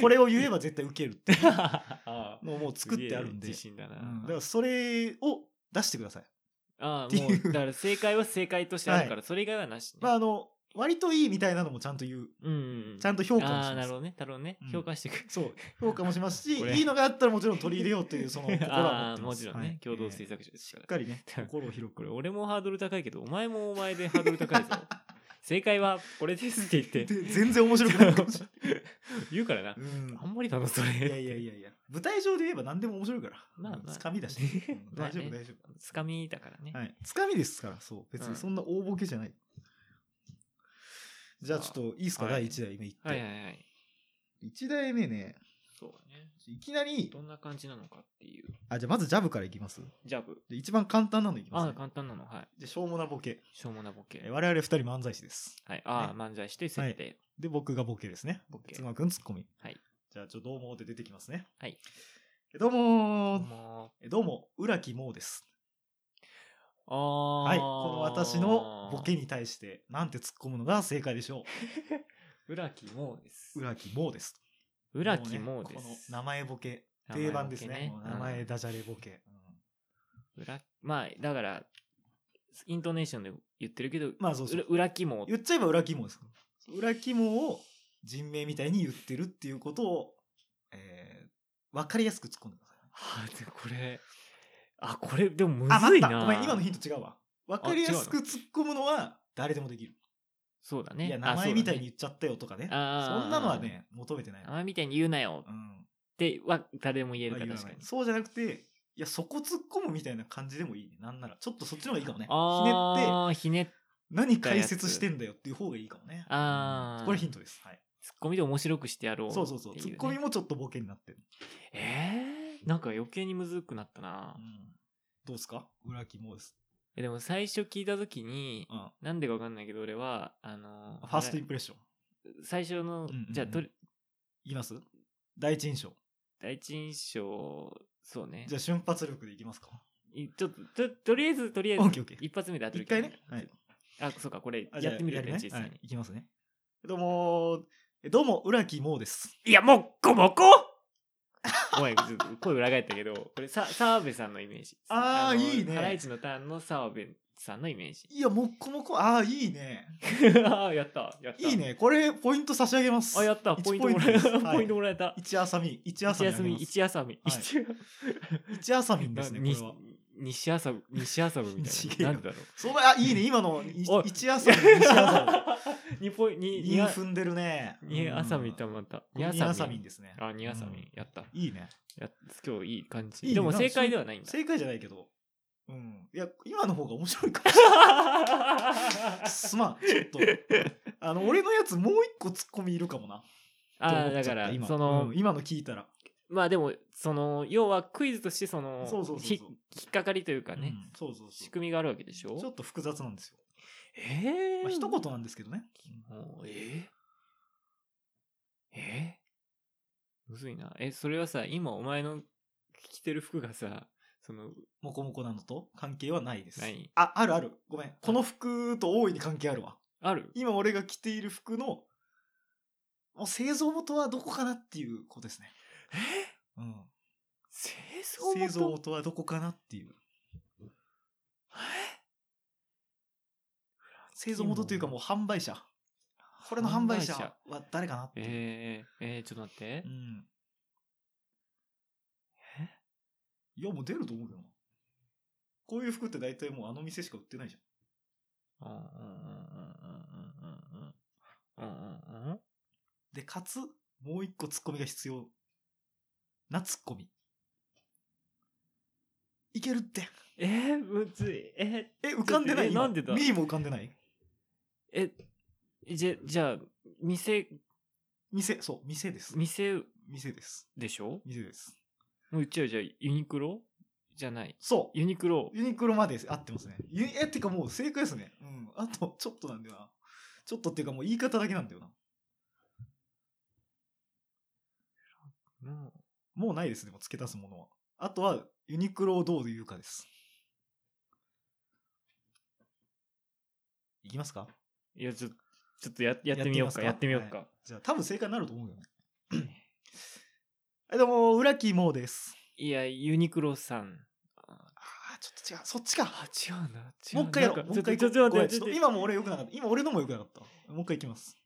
[SPEAKER 2] これを言えば絶対ウケるっていう
[SPEAKER 1] あ
[SPEAKER 2] のをもう作ってあるん で、
[SPEAKER 1] 自信だな。
[SPEAKER 2] うんだからそれを出してください。
[SPEAKER 1] あ
[SPEAKER 2] って
[SPEAKER 1] あ、も
[SPEAKER 2] いう
[SPEAKER 1] う、だから正解は正解としてあるから、それ以外はなしね、
[SPEAKER 2] まあ、あの、割といいみたいなのもちゃんと言う。
[SPEAKER 1] うんうんうん。
[SPEAKER 2] ちゃんと評価もし
[SPEAKER 1] あ
[SPEAKER 2] ます
[SPEAKER 1] あ、なるほどね。なるほどね
[SPEAKER 2] うん。
[SPEAKER 1] 評価していく。
[SPEAKER 2] そう、評価もします し、
[SPEAKER 1] これ
[SPEAKER 2] いいのがあったらもちろん取り入れようという、その、心
[SPEAKER 1] あ
[SPEAKER 2] は持っ
[SPEAKER 1] あ、
[SPEAKER 2] てま
[SPEAKER 1] も
[SPEAKER 2] す。
[SPEAKER 1] ちろん
[SPEAKER 2] は
[SPEAKER 1] ね。
[SPEAKER 2] い
[SPEAKER 1] 共同制
[SPEAKER 2] え
[SPEAKER 1] 作者で
[SPEAKER 2] ー
[SPEAKER 1] す
[SPEAKER 2] し
[SPEAKER 1] か
[SPEAKER 2] っ
[SPEAKER 1] ら。
[SPEAKER 2] かりね、心を広
[SPEAKER 1] こ
[SPEAKER 2] く。
[SPEAKER 1] れ、俺もハードル高いけど、お前もお前でハードル高 いぞ。正解はこれ ですって言
[SPEAKER 2] で
[SPEAKER 1] って、
[SPEAKER 2] 全然面白くないかもしれ
[SPEAKER 1] 言うからな。
[SPEAKER 2] ない。うん
[SPEAKER 1] あんまりだな、それ。
[SPEAKER 2] いやいやいやいや、舞台上で言えば何でも面白いから。
[SPEAKER 1] まあまあ
[SPEAKER 2] つかみだしね。 うん
[SPEAKER 1] まあ
[SPEAKER 2] 大
[SPEAKER 1] ね
[SPEAKER 2] 丈夫、大丈
[SPEAKER 1] つかみだからね。
[SPEAKER 2] 夫。はい。つかみですから、そう。別
[SPEAKER 1] う
[SPEAKER 2] に
[SPEAKER 1] ん
[SPEAKER 2] そんな大ボケじゃない。じゃあちょっといいですか、
[SPEAKER 1] はい
[SPEAKER 2] 第1題目いっ
[SPEAKER 1] はいは
[SPEAKER 2] て。
[SPEAKER 1] いはい。
[SPEAKER 2] 1題目ね、
[SPEAKER 1] そうだね。
[SPEAKER 2] いきなり
[SPEAKER 1] ど、んな感じなのかっていう。
[SPEAKER 2] あ、じゃあまずジャブからいきます。
[SPEAKER 1] ジャブ。
[SPEAKER 2] で一番簡単なのいきます、
[SPEAKER 1] ああ、
[SPEAKER 2] ね。
[SPEAKER 1] 簡単なの。はい。
[SPEAKER 2] で、しょうもなボケ。
[SPEAKER 1] しょうもなボケ
[SPEAKER 2] え。我々二人漫才師です。
[SPEAKER 1] はい。ああ、
[SPEAKER 2] ね
[SPEAKER 1] 漫才して、設定。
[SPEAKER 2] で、僕がボケですね。
[SPEAKER 1] ボケ
[SPEAKER 2] つぐまくんツッコミ。
[SPEAKER 1] はい。
[SPEAKER 2] じゃあ、ちょ、どうもーって出てきますね。
[SPEAKER 1] はい
[SPEAKER 2] え。どうもー
[SPEAKER 1] もう
[SPEAKER 2] えどうも、浦木もーです。
[SPEAKER 1] ああ。
[SPEAKER 2] はい。この私のボケに対して、なんて突っ込むのが正解でしょ
[SPEAKER 1] 裏木もうです
[SPEAKER 2] う。。浦木もーです。
[SPEAKER 1] 裏木もう
[SPEAKER 2] ね
[SPEAKER 1] で
[SPEAKER 2] この
[SPEAKER 1] す。
[SPEAKER 2] 名前ボケ。定番ですね。もう名前
[SPEAKER 1] だ。
[SPEAKER 2] ダジャレボケ。うん
[SPEAKER 1] 裏、まあ、だから、イントネーションで言ってるけど、
[SPEAKER 2] まあ、そうそう
[SPEAKER 1] 裏。裏木も
[SPEAKER 2] 言っちゃえば裏肝です。裏肝を人名みたいに言ってるっていうことを、えー、わかりやすく突っ込んでください。
[SPEAKER 1] はあでこれ、あ、これ、でもむ
[SPEAKER 2] あ、
[SPEAKER 1] ず
[SPEAKER 2] 待
[SPEAKER 1] い
[SPEAKER 2] った
[SPEAKER 1] な。
[SPEAKER 2] ごめん、今のヒント違うわ。わかりやすく
[SPEAKER 1] あ
[SPEAKER 2] 突っ込むのは誰でもできる。
[SPEAKER 1] そうだね。
[SPEAKER 2] いや、
[SPEAKER 1] あ
[SPEAKER 2] 名前みたいに
[SPEAKER 1] そうだね
[SPEAKER 2] 言っちゃったよとかね。そ
[SPEAKER 1] あー
[SPEAKER 2] んなのはね、求めてない
[SPEAKER 1] 名
[SPEAKER 2] の。
[SPEAKER 1] 前みたいに言うなよ
[SPEAKER 2] うん。
[SPEAKER 1] っては誰も言え
[SPEAKER 2] ま
[SPEAKER 1] るか
[SPEAKER 2] あ言わ
[SPEAKER 1] 確か
[SPEAKER 2] ない
[SPEAKER 1] に。
[SPEAKER 2] そうじゃなくて、いや、そこ突っ込むみたいな感じでもいいね。なんなら。ちょっとそっちの方がいいかもね。ひねって、
[SPEAKER 1] ああ、ひねって。
[SPEAKER 2] 何解説してんだよっていう方がいいかもね。
[SPEAKER 1] あー
[SPEAKER 2] うんこれヒントです。はい。
[SPEAKER 1] ツッコミで面白くしてやろうってい
[SPEAKER 2] そう
[SPEAKER 1] ね、
[SPEAKER 2] そうそう。突っ込みもちょっとボケになってる。
[SPEAKER 1] えー、なんか余計にむずくなったな
[SPEAKER 2] う。んどうですか裏肝です。
[SPEAKER 1] えでも最初聞いた時に、
[SPEAKER 2] うん。
[SPEAKER 1] なんでかわかんないけど俺は、あの、
[SPEAKER 2] ファーストインプレッション。
[SPEAKER 1] 最初の、
[SPEAKER 2] んうんうん
[SPEAKER 1] じゃあとり
[SPEAKER 2] 言います第一印象。
[SPEAKER 1] 第一印象そうね
[SPEAKER 2] じゃあ瞬発力でいきますか。
[SPEAKER 1] いちょっとととりあえずとりあえ
[SPEAKER 2] オッ
[SPEAKER 1] ず
[SPEAKER 2] ケーオッケー。
[SPEAKER 1] 一発目で当て
[SPEAKER 2] 一
[SPEAKER 1] るけど
[SPEAKER 2] 回ね。はい。
[SPEAKER 1] あそうかこれ
[SPEAKER 2] あ
[SPEAKER 1] やってみる
[SPEAKER 2] じ
[SPEAKER 1] か
[SPEAKER 2] ゃあや
[SPEAKER 1] ね実際
[SPEAKER 2] るねはい
[SPEAKER 1] に。
[SPEAKER 2] いきますね。どうもーえどうも、浦木もーです。
[SPEAKER 1] いやもっこもこおいちょっと声裏返ったけどこれさ澤部さんのイメージ
[SPEAKER 2] あー
[SPEAKER 1] の
[SPEAKER 2] いいね
[SPEAKER 1] ハライチのターンの澤部さんのイメージ
[SPEAKER 2] いや、もっこもこ。ああ、いいね。
[SPEAKER 1] ああやったやった
[SPEAKER 2] いいね。これ、ポイント差し上げます。
[SPEAKER 1] あやった
[SPEAKER 2] 1
[SPEAKER 1] ポイントもら
[SPEAKER 2] で
[SPEAKER 1] え
[SPEAKER 2] す
[SPEAKER 1] た
[SPEAKER 2] はい
[SPEAKER 1] ポイントもらえた
[SPEAKER 2] 一あさみ。一あさ
[SPEAKER 1] 一
[SPEAKER 2] み。
[SPEAKER 1] 休み
[SPEAKER 2] 一
[SPEAKER 1] 一休み
[SPEAKER 2] はい
[SPEAKER 1] 一
[SPEAKER 2] あさみんですね、これ
[SPEAKER 1] に
[SPEAKER 2] は。
[SPEAKER 1] 西麻布西麻布み
[SPEAKER 2] 違
[SPEAKER 1] た
[SPEAKER 2] え
[SPEAKER 1] い
[SPEAKER 2] よ
[SPEAKER 1] ななんでだろう
[SPEAKER 2] そうあ、いいね。今のい
[SPEAKER 1] おい
[SPEAKER 2] 一あさみ、二あさ
[SPEAKER 1] 2ポイント
[SPEAKER 2] み。
[SPEAKER 1] 2
[SPEAKER 2] 韻踏んでるね。
[SPEAKER 1] ニアサミン
[SPEAKER 2] た
[SPEAKER 1] たまた。
[SPEAKER 2] 二あさみん
[SPEAKER 1] ん
[SPEAKER 2] ですね。
[SPEAKER 1] あ、ニアサミ
[SPEAKER 2] うん
[SPEAKER 1] ン。やった。
[SPEAKER 2] いいね。
[SPEAKER 1] やっ今日いい感
[SPEAKER 2] いい
[SPEAKER 1] じ。
[SPEAKER 2] ね
[SPEAKER 1] でも
[SPEAKER 2] なんか
[SPEAKER 1] 正解ではないんだ。
[SPEAKER 2] 正解じゃないけど。うん。いや、今の方が面白いかもしれな い。すまん、ちょっと。あの、俺のやつもう一個ツッコミいるかもな。と
[SPEAKER 1] あ
[SPEAKER 2] 思
[SPEAKER 1] あ、
[SPEAKER 2] っちゃっ
[SPEAKER 1] だ
[SPEAKER 2] た
[SPEAKER 1] から、
[SPEAKER 2] 今
[SPEAKER 1] その
[SPEAKER 2] うん、今の聞いたら。
[SPEAKER 1] まあでも、その、要はクイズとして、その
[SPEAKER 2] そうそうそう、そう
[SPEAKER 1] ひ引っかかりというかね
[SPEAKER 2] う、んそうそうそう。
[SPEAKER 1] 仕組みがあるわけでしょ
[SPEAKER 2] ちょっと複雑なんですよ。
[SPEAKER 1] ええ。
[SPEAKER 2] まあ、一言なんですけどね。
[SPEAKER 1] もう。えーえーむずいな。え、それはさ、今お前の着てる服がさ、その、
[SPEAKER 2] モコモコなのと関係はないです。
[SPEAKER 1] ない
[SPEAKER 2] あ、あるある。ごめん。この服と大いに関係あるわ。
[SPEAKER 1] ある
[SPEAKER 2] 今俺が着ている服の、もう製造元はどこかなっていうことですね。うん。
[SPEAKER 1] 製
[SPEAKER 2] 製
[SPEAKER 1] 造
[SPEAKER 2] 造
[SPEAKER 1] 元
[SPEAKER 2] 元はどこかなっていう。製造元というかもう販売者。これの販売者
[SPEAKER 1] 販売
[SPEAKER 2] は誰かなっていう。
[SPEAKER 1] えー、えー、ちょっと待って
[SPEAKER 2] う。ん。いや、もう出ると思うけどな。こういう服って大体もうあの店しか売ってないじゃん。
[SPEAKER 1] うんうんうんうんうんうんうんうんうんうん
[SPEAKER 2] で、かつ、もう一個ツッコミが必要。なツッコミ。いけるって。
[SPEAKER 1] えー、むずい。え、
[SPEAKER 2] え、浮かんでない
[SPEAKER 1] え
[SPEAKER 2] 今
[SPEAKER 1] なんでだ
[SPEAKER 2] ミーも浮かんでない
[SPEAKER 1] え、じゃ、じゃあ、店、
[SPEAKER 2] 店、そう、店です。
[SPEAKER 1] 店
[SPEAKER 2] 店です。
[SPEAKER 1] でしょ
[SPEAKER 2] 店です。
[SPEAKER 1] もううちはじゃあ、ユニクロじゃない。
[SPEAKER 2] そう。
[SPEAKER 1] ユニクロ。
[SPEAKER 2] ユニクロまで合ってますね。ユニえ、ってかもう正解ですね。うん。あと、ちょっとなんだよな。ちょっとっていうかもう言い方だけなんだよな。
[SPEAKER 1] うん
[SPEAKER 2] もうないですね、もう付け足すものは。あとは、ユニクロをどう言うかです。いきますか
[SPEAKER 1] いや、ちょ、ちょっとややってみようか、や
[SPEAKER 2] や
[SPEAKER 1] っ
[SPEAKER 2] ってて
[SPEAKER 1] みよ
[SPEAKER 2] みま
[SPEAKER 1] う
[SPEAKER 2] すか
[SPEAKER 1] か。
[SPEAKER 2] じゃあ、多分正解になると思うよね。はい、どうも、浦木もです。
[SPEAKER 1] いや、ユニクロさん。
[SPEAKER 2] ああ、ちょっと違う。そっちか。
[SPEAKER 1] あ、違うな、違うな。
[SPEAKER 2] もう一回やろ
[SPEAKER 1] なん
[SPEAKER 2] う。
[SPEAKER 1] か
[SPEAKER 2] もう一回
[SPEAKER 1] ち
[SPEAKER 2] 行
[SPEAKER 1] ょ
[SPEAKER 2] こ
[SPEAKER 1] っと、
[SPEAKER 2] う
[SPEAKER 1] ちょっと待って、
[SPEAKER 2] ごめんちょ
[SPEAKER 1] ちょっ
[SPEAKER 2] っと
[SPEAKER 1] と、
[SPEAKER 2] 今も俺良くなかった。今俺のも良くなかった。もう一回いきます。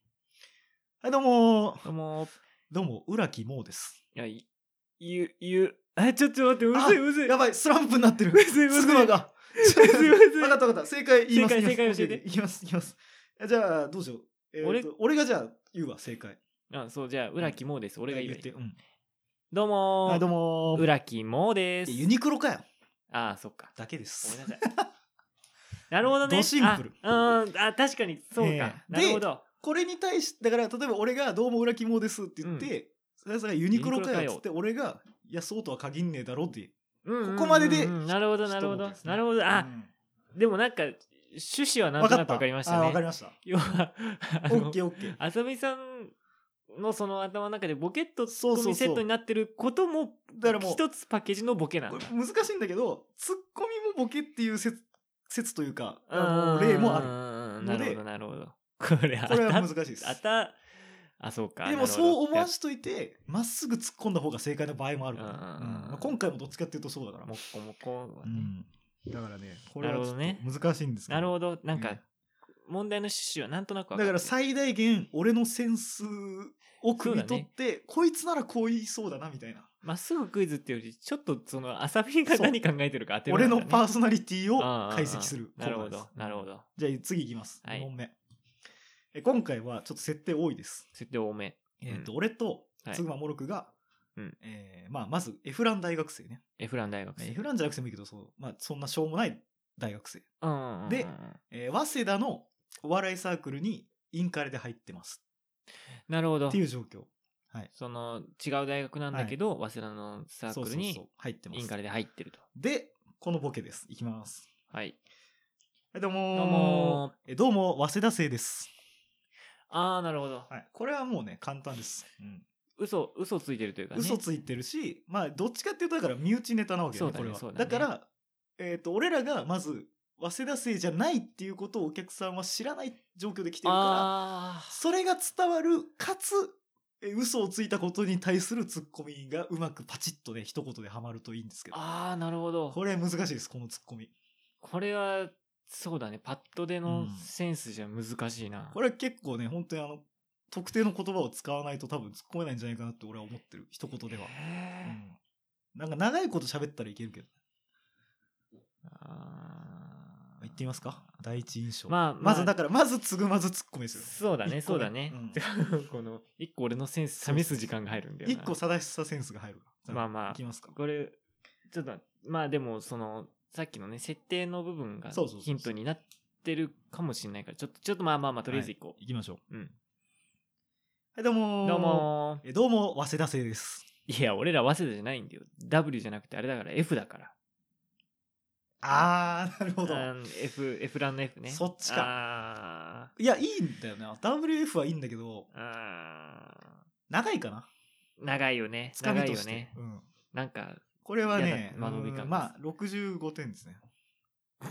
[SPEAKER 2] はい、どうもー。
[SPEAKER 1] どうも
[SPEAKER 2] どうも、浦木もです。
[SPEAKER 1] いや、いゆ、ゆ、あ、ちょっと待って、うるせい、うるせい。
[SPEAKER 2] やばい、スランプになってる。
[SPEAKER 1] すいません
[SPEAKER 2] すぐのが。
[SPEAKER 1] すいません
[SPEAKER 2] わかったわかった。正解言います。
[SPEAKER 1] 正解正解教えて
[SPEAKER 2] いきます、いきます。じゃあ、どうしよう。えーと
[SPEAKER 1] 俺
[SPEAKER 2] 俺がじゃあ言うわ、正解。
[SPEAKER 1] あ、そう、じゃあ、浦木もうです。俺が言
[SPEAKER 2] って。
[SPEAKER 1] う。
[SPEAKER 2] うん。
[SPEAKER 1] どうも
[SPEAKER 2] はい、どう
[SPEAKER 1] も
[SPEAKER 2] もー。
[SPEAKER 1] 浦木もうです。
[SPEAKER 2] ユニクロかよ。
[SPEAKER 1] ああ、そっか。
[SPEAKER 2] だけで
[SPEAKER 1] ごめんな
[SPEAKER 2] す。
[SPEAKER 1] さい。 なるほどね。
[SPEAKER 2] ドシンプル
[SPEAKER 1] あうん、あ、確かに、そうか。
[SPEAKER 2] ええ
[SPEAKER 1] なるほど。
[SPEAKER 2] これに対して、だから、例えば俺が、どうも裏キモですって言って、さやさんがユニクロかよっつって、俺が、いや、そうとは限んねえだろって。
[SPEAKER 1] うんうんうん
[SPEAKER 2] ここまでで
[SPEAKER 1] なるほど、なるほど。なるほど。
[SPEAKER 2] う
[SPEAKER 1] あ、
[SPEAKER 2] ん、
[SPEAKER 1] でもなんか、趣旨はなんと
[SPEAKER 2] 分か
[SPEAKER 1] なく
[SPEAKER 2] った。
[SPEAKER 1] わかりました
[SPEAKER 2] あ、わ
[SPEAKER 1] ね。
[SPEAKER 2] かり ました。
[SPEAKER 1] 要は、あ
[SPEAKER 2] オッ
[SPEAKER 1] の
[SPEAKER 2] ケーオッケー。
[SPEAKER 1] あさみさんのその頭の中でボケとツ
[SPEAKER 2] そ
[SPEAKER 1] ッ
[SPEAKER 2] う
[SPEAKER 1] コ
[SPEAKER 2] そうそう
[SPEAKER 1] ミセットになってることも
[SPEAKER 2] だからもう
[SPEAKER 1] 一つパッケージのボケなん
[SPEAKER 2] こ
[SPEAKER 1] だ
[SPEAKER 2] れ難しいんだけど、ツッコミもボケっていう説、説というか、
[SPEAKER 1] うん
[SPEAKER 2] あの例もある。
[SPEAKER 1] うん
[SPEAKER 2] の
[SPEAKER 1] な
[SPEAKER 2] で
[SPEAKER 1] るほどなるほどこれ
[SPEAKER 2] これは
[SPEAKER 1] あ
[SPEAKER 2] 難しいです。
[SPEAKER 1] たあたあそうか
[SPEAKER 2] で
[SPEAKER 1] なるほ
[SPEAKER 2] も
[SPEAKER 1] ど
[SPEAKER 2] そう思わしといて、まっすぐ突っ込んだ方が正解の場合もあるからね、
[SPEAKER 1] うんうんうん
[SPEAKER 2] うんまあ今回もどっちかっていうとそうだから。
[SPEAKER 1] もっこもっこはね、
[SPEAKER 2] うんだからね、こ
[SPEAKER 1] な
[SPEAKER 2] れ
[SPEAKER 1] る
[SPEAKER 2] は
[SPEAKER 1] ほ
[SPEAKER 2] ちょ
[SPEAKER 1] ど
[SPEAKER 2] っ
[SPEAKER 1] ね
[SPEAKER 2] と難しいんですけ
[SPEAKER 1] なるほどなん
[SPEAKER 2] う
[SPEAKER 1] か
[SPEAKER 2] ん
[SPEAKER 1] 問題の趣旨はなんとなくわ
[SPEAKER 2] だ
[SPEAKER 1] っ
[SPEAKER 2] か
[SPEAKER 1] て
[SPEAKER 2] ら最大限俺のセンスを汲み取って、こいつならこう言いそうだなみたいな。
[SPEAKER 1] まっすぐクイズっていうよりちょっとその遊びが
[SPEAKER 2] そう
[SPEAKER 1] 何考えてるか当てる
[SPEAKER 2] 俺のパー
[SPEAKER 1] ス
[SPEAKER 2] ソナリティを解析する
[SPEAKER 1] なるほ
[SPEAKER 2] コーナー
[SPEAKER 1] ど
[SPEAKER 2] です
[SPEAKER 1] なるほど
[SPEAKER 2] じゃあ次いきます。
[SPEAKER 1] はい
[SPEAKER 2] 2本目。え今回はちょっと設定多いです。
[SPEAKER 1] 設定多め
[SPEAKER 2] えーと俺と
[SPEAKER 1] はい
[SPEAKER 2] つぐまもろくが、
[SPEAKER 1] うん
[SPEAKER 2] えーまあ、まずエフラン大学生ね。
[SPEAKER 1] エフラン大学
[SPEAKER 2] エ
[SPEAKER 1] 生
[SPEAKER 2] フランじゃなくてもいいけど、そうまあ、そんなしょうもない大学生。
[SPEAKER 1] うんうんうん
[SPEAKER 2] でえー早稲田のお笑いサークルにインカレで入ってます
[SPEAKER 1] なるほど
[SPEAKER 2] っていう状況。はい。
[SPEAKER 1] その違う大学なんだけど、早稲田のサークル
[SPEAKER 2] そうそう
[SPEAKER 1] に
[SPEAKER 2] そう入ってます。
[SPEAKER 1] インカレで入ってると。
[SPEAKER 2] で、このボケです。いきます。
[SPEAKER 1] はい。
[SPEAKER 2] はい、どうもー
[SPEAKER 1] どうも
[SPEAKER 2] えどうも、早稲田生です。
[SPEAKER 1] ああ、なるほど。
[SPEAKER 2] はい。これはもうね、簡単です。うん。
[SPEAKER 1] 嘘、嘘ついてるというかね。
[SPEAKER 2] 嘘ついてるし、まあ、どっちかっていうと、だから、身内ネタなわけだよね、
[SPEAKER 1] そうだね
[SPEAKER 2] これは。
[SPEAKER 1] そうだ
[SPEAKER 2] だ
[SPEAKER 1] ね
[SPEAKER 2] から、えっ、と、俺らがまず、早稲田生じゃないっていうことをお客さんは知らない状況で来てるから、
[SPEAKER 1] ああ、
[SPEAKER 2] それが伝わる、かつ、え嘘をついたことに対するツッコミがうまくパチッとね、一言でハマるといいんですけど。
[SPEAKER 1] ああ、なるほど。こ
[SPEAKER 2] こ
[SPEAKER 1] れ
[SPEAKER 2] れ難しいです、このツッコミ。
[SPEAKER 1] は、そうだね。パッとで
[SPEAKER 2] う
[SPEAKER 1] の
[SPEAKER 2] ん
[SPEAKER 1] センスじゃ難しいな。
[SPEAKER 2] これは結構ね、本当にあの、特定の言葉を使わないと多分突っ込めないんじゃないかなって俺は思ってる。一言では。う
[SPEAKER 1] へ
[SPEAKER 2] ん。なんか長いこと喋ったらいけるけど。
[SPEAKER 1] ーあ
[SPEAKER 2] 言ってみますか第一印象。
[SPEAKER 1] まあ
[SPEAKER 2] まず
[SPEAKER 1] まあ
[SPEAKER 2] だから、まずつぐまず突っ込みです
[SPEAKER 1] ー
[SPEAKER 2] よ。
[SPEAKER 1] そうだね、
[SPEAKER 2] 一個
[SPEAKER 1] そ
[SPEAKER 2] 目
[SPEAKER 1] うだね。 この、一個俺のセンス、試す時間が入るんだよ
[SPEAKER 2] 一
[SPEAKER 1] な。
[SPEAKER 2] 個正しさセンスが入る。
[SPEAKER 1] まあまあ
[SPEAKER 2] いきますか。
[SPEAKER 1] これ、ちょっと、まあでも、その、さっきのね、設定の部分が
[SPEAKER 2] そうそうそうそう
[SPEAKER 1] ヒントになってるかもしれないから、ちょっと、ちょっとまあまあまあ、とりあえず行こ
[SPEAKER 2] いきましょ
[SPEAKER 1] う。うん。
[SPEAKER 2] う。はい、どうもー
[SPEAKER 1] どうも
[SPEAKER 2] えどうも、早稲田生です。
[SPEAKER 1] ー。いや、俺ら早稲田じゃないんだよ。W じゃなくて、あれだから、F だから。
[SPEAKER 2] あー、なるほど。
[SPEAKER 1] あの F、F ランの F ね。
[SPEAKER 2] そっちか
[SPEAKER 1] か。
[SPEAKER 2] いや、いいんだよな。WF はいいんだけど、
[SPEAKER 1] あーあ
[SPEAKER 2] 長いかな
[SPEAKER 1] ー長いよね。
[SPEAKER 2] つか
[SPEAKER 1] 長
[SPEAKER 2] み
[SPEAKER 1] い
[SPEAKER 2] と
[SPEAKER 1] よ
[SPEAKER 2] して。
[SPEAKER 1] ね。
[SPEAKER 2] うん。
[SPEAKER 1] なんか、
[SPEAKER 2] これは
[SPEAKER 1] 嫌
[SPEAKER 2] ね
[SPEAKER 1] な間延び感です
[SPEAKER 2] うんまあ65点ですね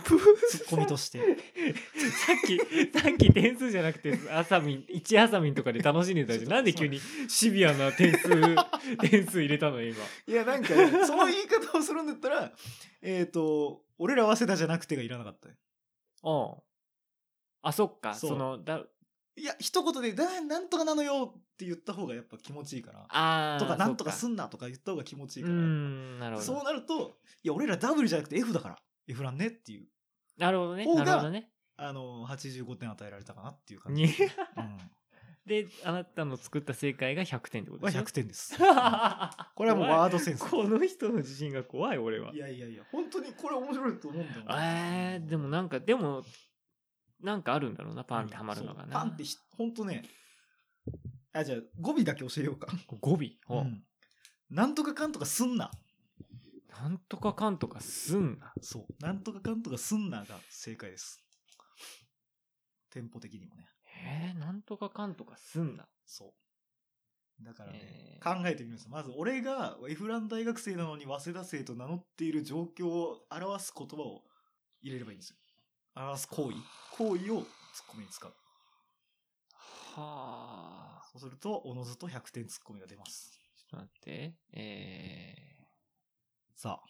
[SPEAKER 1] プー
[SPEAKER 2] ツッコミとして
[SPEAKER 1] さっき、さっき点数じゃなくて、アサミン、1アサミンとかで楽しんでたじゃん。なんで急にシビアな点 数、点数入れたの今。
[SPEAKER 2] いやなんかねその言い方をするんだったら えっと俺ら早稲田じゃなくてがいらなかったね
[SPEAKER 1] うん。あ、そっか。
[SPEAKER 2] そ
[SPEAKER 1] そうの、だ、
[SPEAKER 2] いや一言でだ「なんとかなのよ」って言った方がやっぱ気持ちいいから
[SPEAKER 1] あー
[SPEAKER 2] とか「なんとかす
[SPEAKER 1] ん
[SPEAKER 2] んな」とか言った方が気持ちいいうから
[SPEAKER 1] ん、なるほ
[SPEAKER 2] そう
[SPEAKER 1] ど。
[SPEAKER 2] なるといや俺ら W じゃなくて F だから F ランねっていう
[SPEAKER 1] なるほどね。
[SPEAKER 2] 方が
[SPEAKER 1] なるほどね。
[SPEAKER 2] あの85点与えられたかなっていう感じ、
[SPEAKER 1] に
[SPEAKER 2] うん
[SPEAKER 1] で、あなたの作った正解が100点ってこと
[SPEAKER 2] は
[SPEAKER 1] ですね
[SPEAKER 2] 100。点 です。
[SPEAKER 1] こ
[SPEAKER 2] これはもうワードセンス。
[SPEAKER 1] この人の自信が怖い、俺は。
[SPEAKER 2] いやいやいや、本当にこれ面白いと思うんだよ
[SPEAKER 1] えー、でもなんか、でも、なんかあるんだろうな、パンってハマるのが
[SPEAKER 2] そう
[SPEAKER 1] な。
[SPEAKER 2] パンってひ、本当ね、あ、じゃあ語尾だけ教えようか。
[SPEAKER 1] 語尾。お
[SPEAKER 2] うんなんとかかんとかすんな。
[SPEAKER 1] なんとかかんとかすんな。
[SPEAKER 2] そう。なんとかかんとかすんなが正解です。テンポ的にもね。
[SPEAKER 1] えー、なんとかかんとかすんな。
[SPEAKER 2] そう。だから
[SPEAKER 1] え
[SPEAKER 2] ね、考えてみます。まず、俺がエフラン大学生なのに早稲田生と名乗っている状況を表す言葉を入れればいいんですよ。表す行為。行為をツッコミに使う。
[SPEAKER 1] はあ。
[SPEAKER 2] そうすると、おのずと100点ツッコミが出ます。
[SPEAKER 1] ちょっと待って。え
[SPEAKER 2] さあ、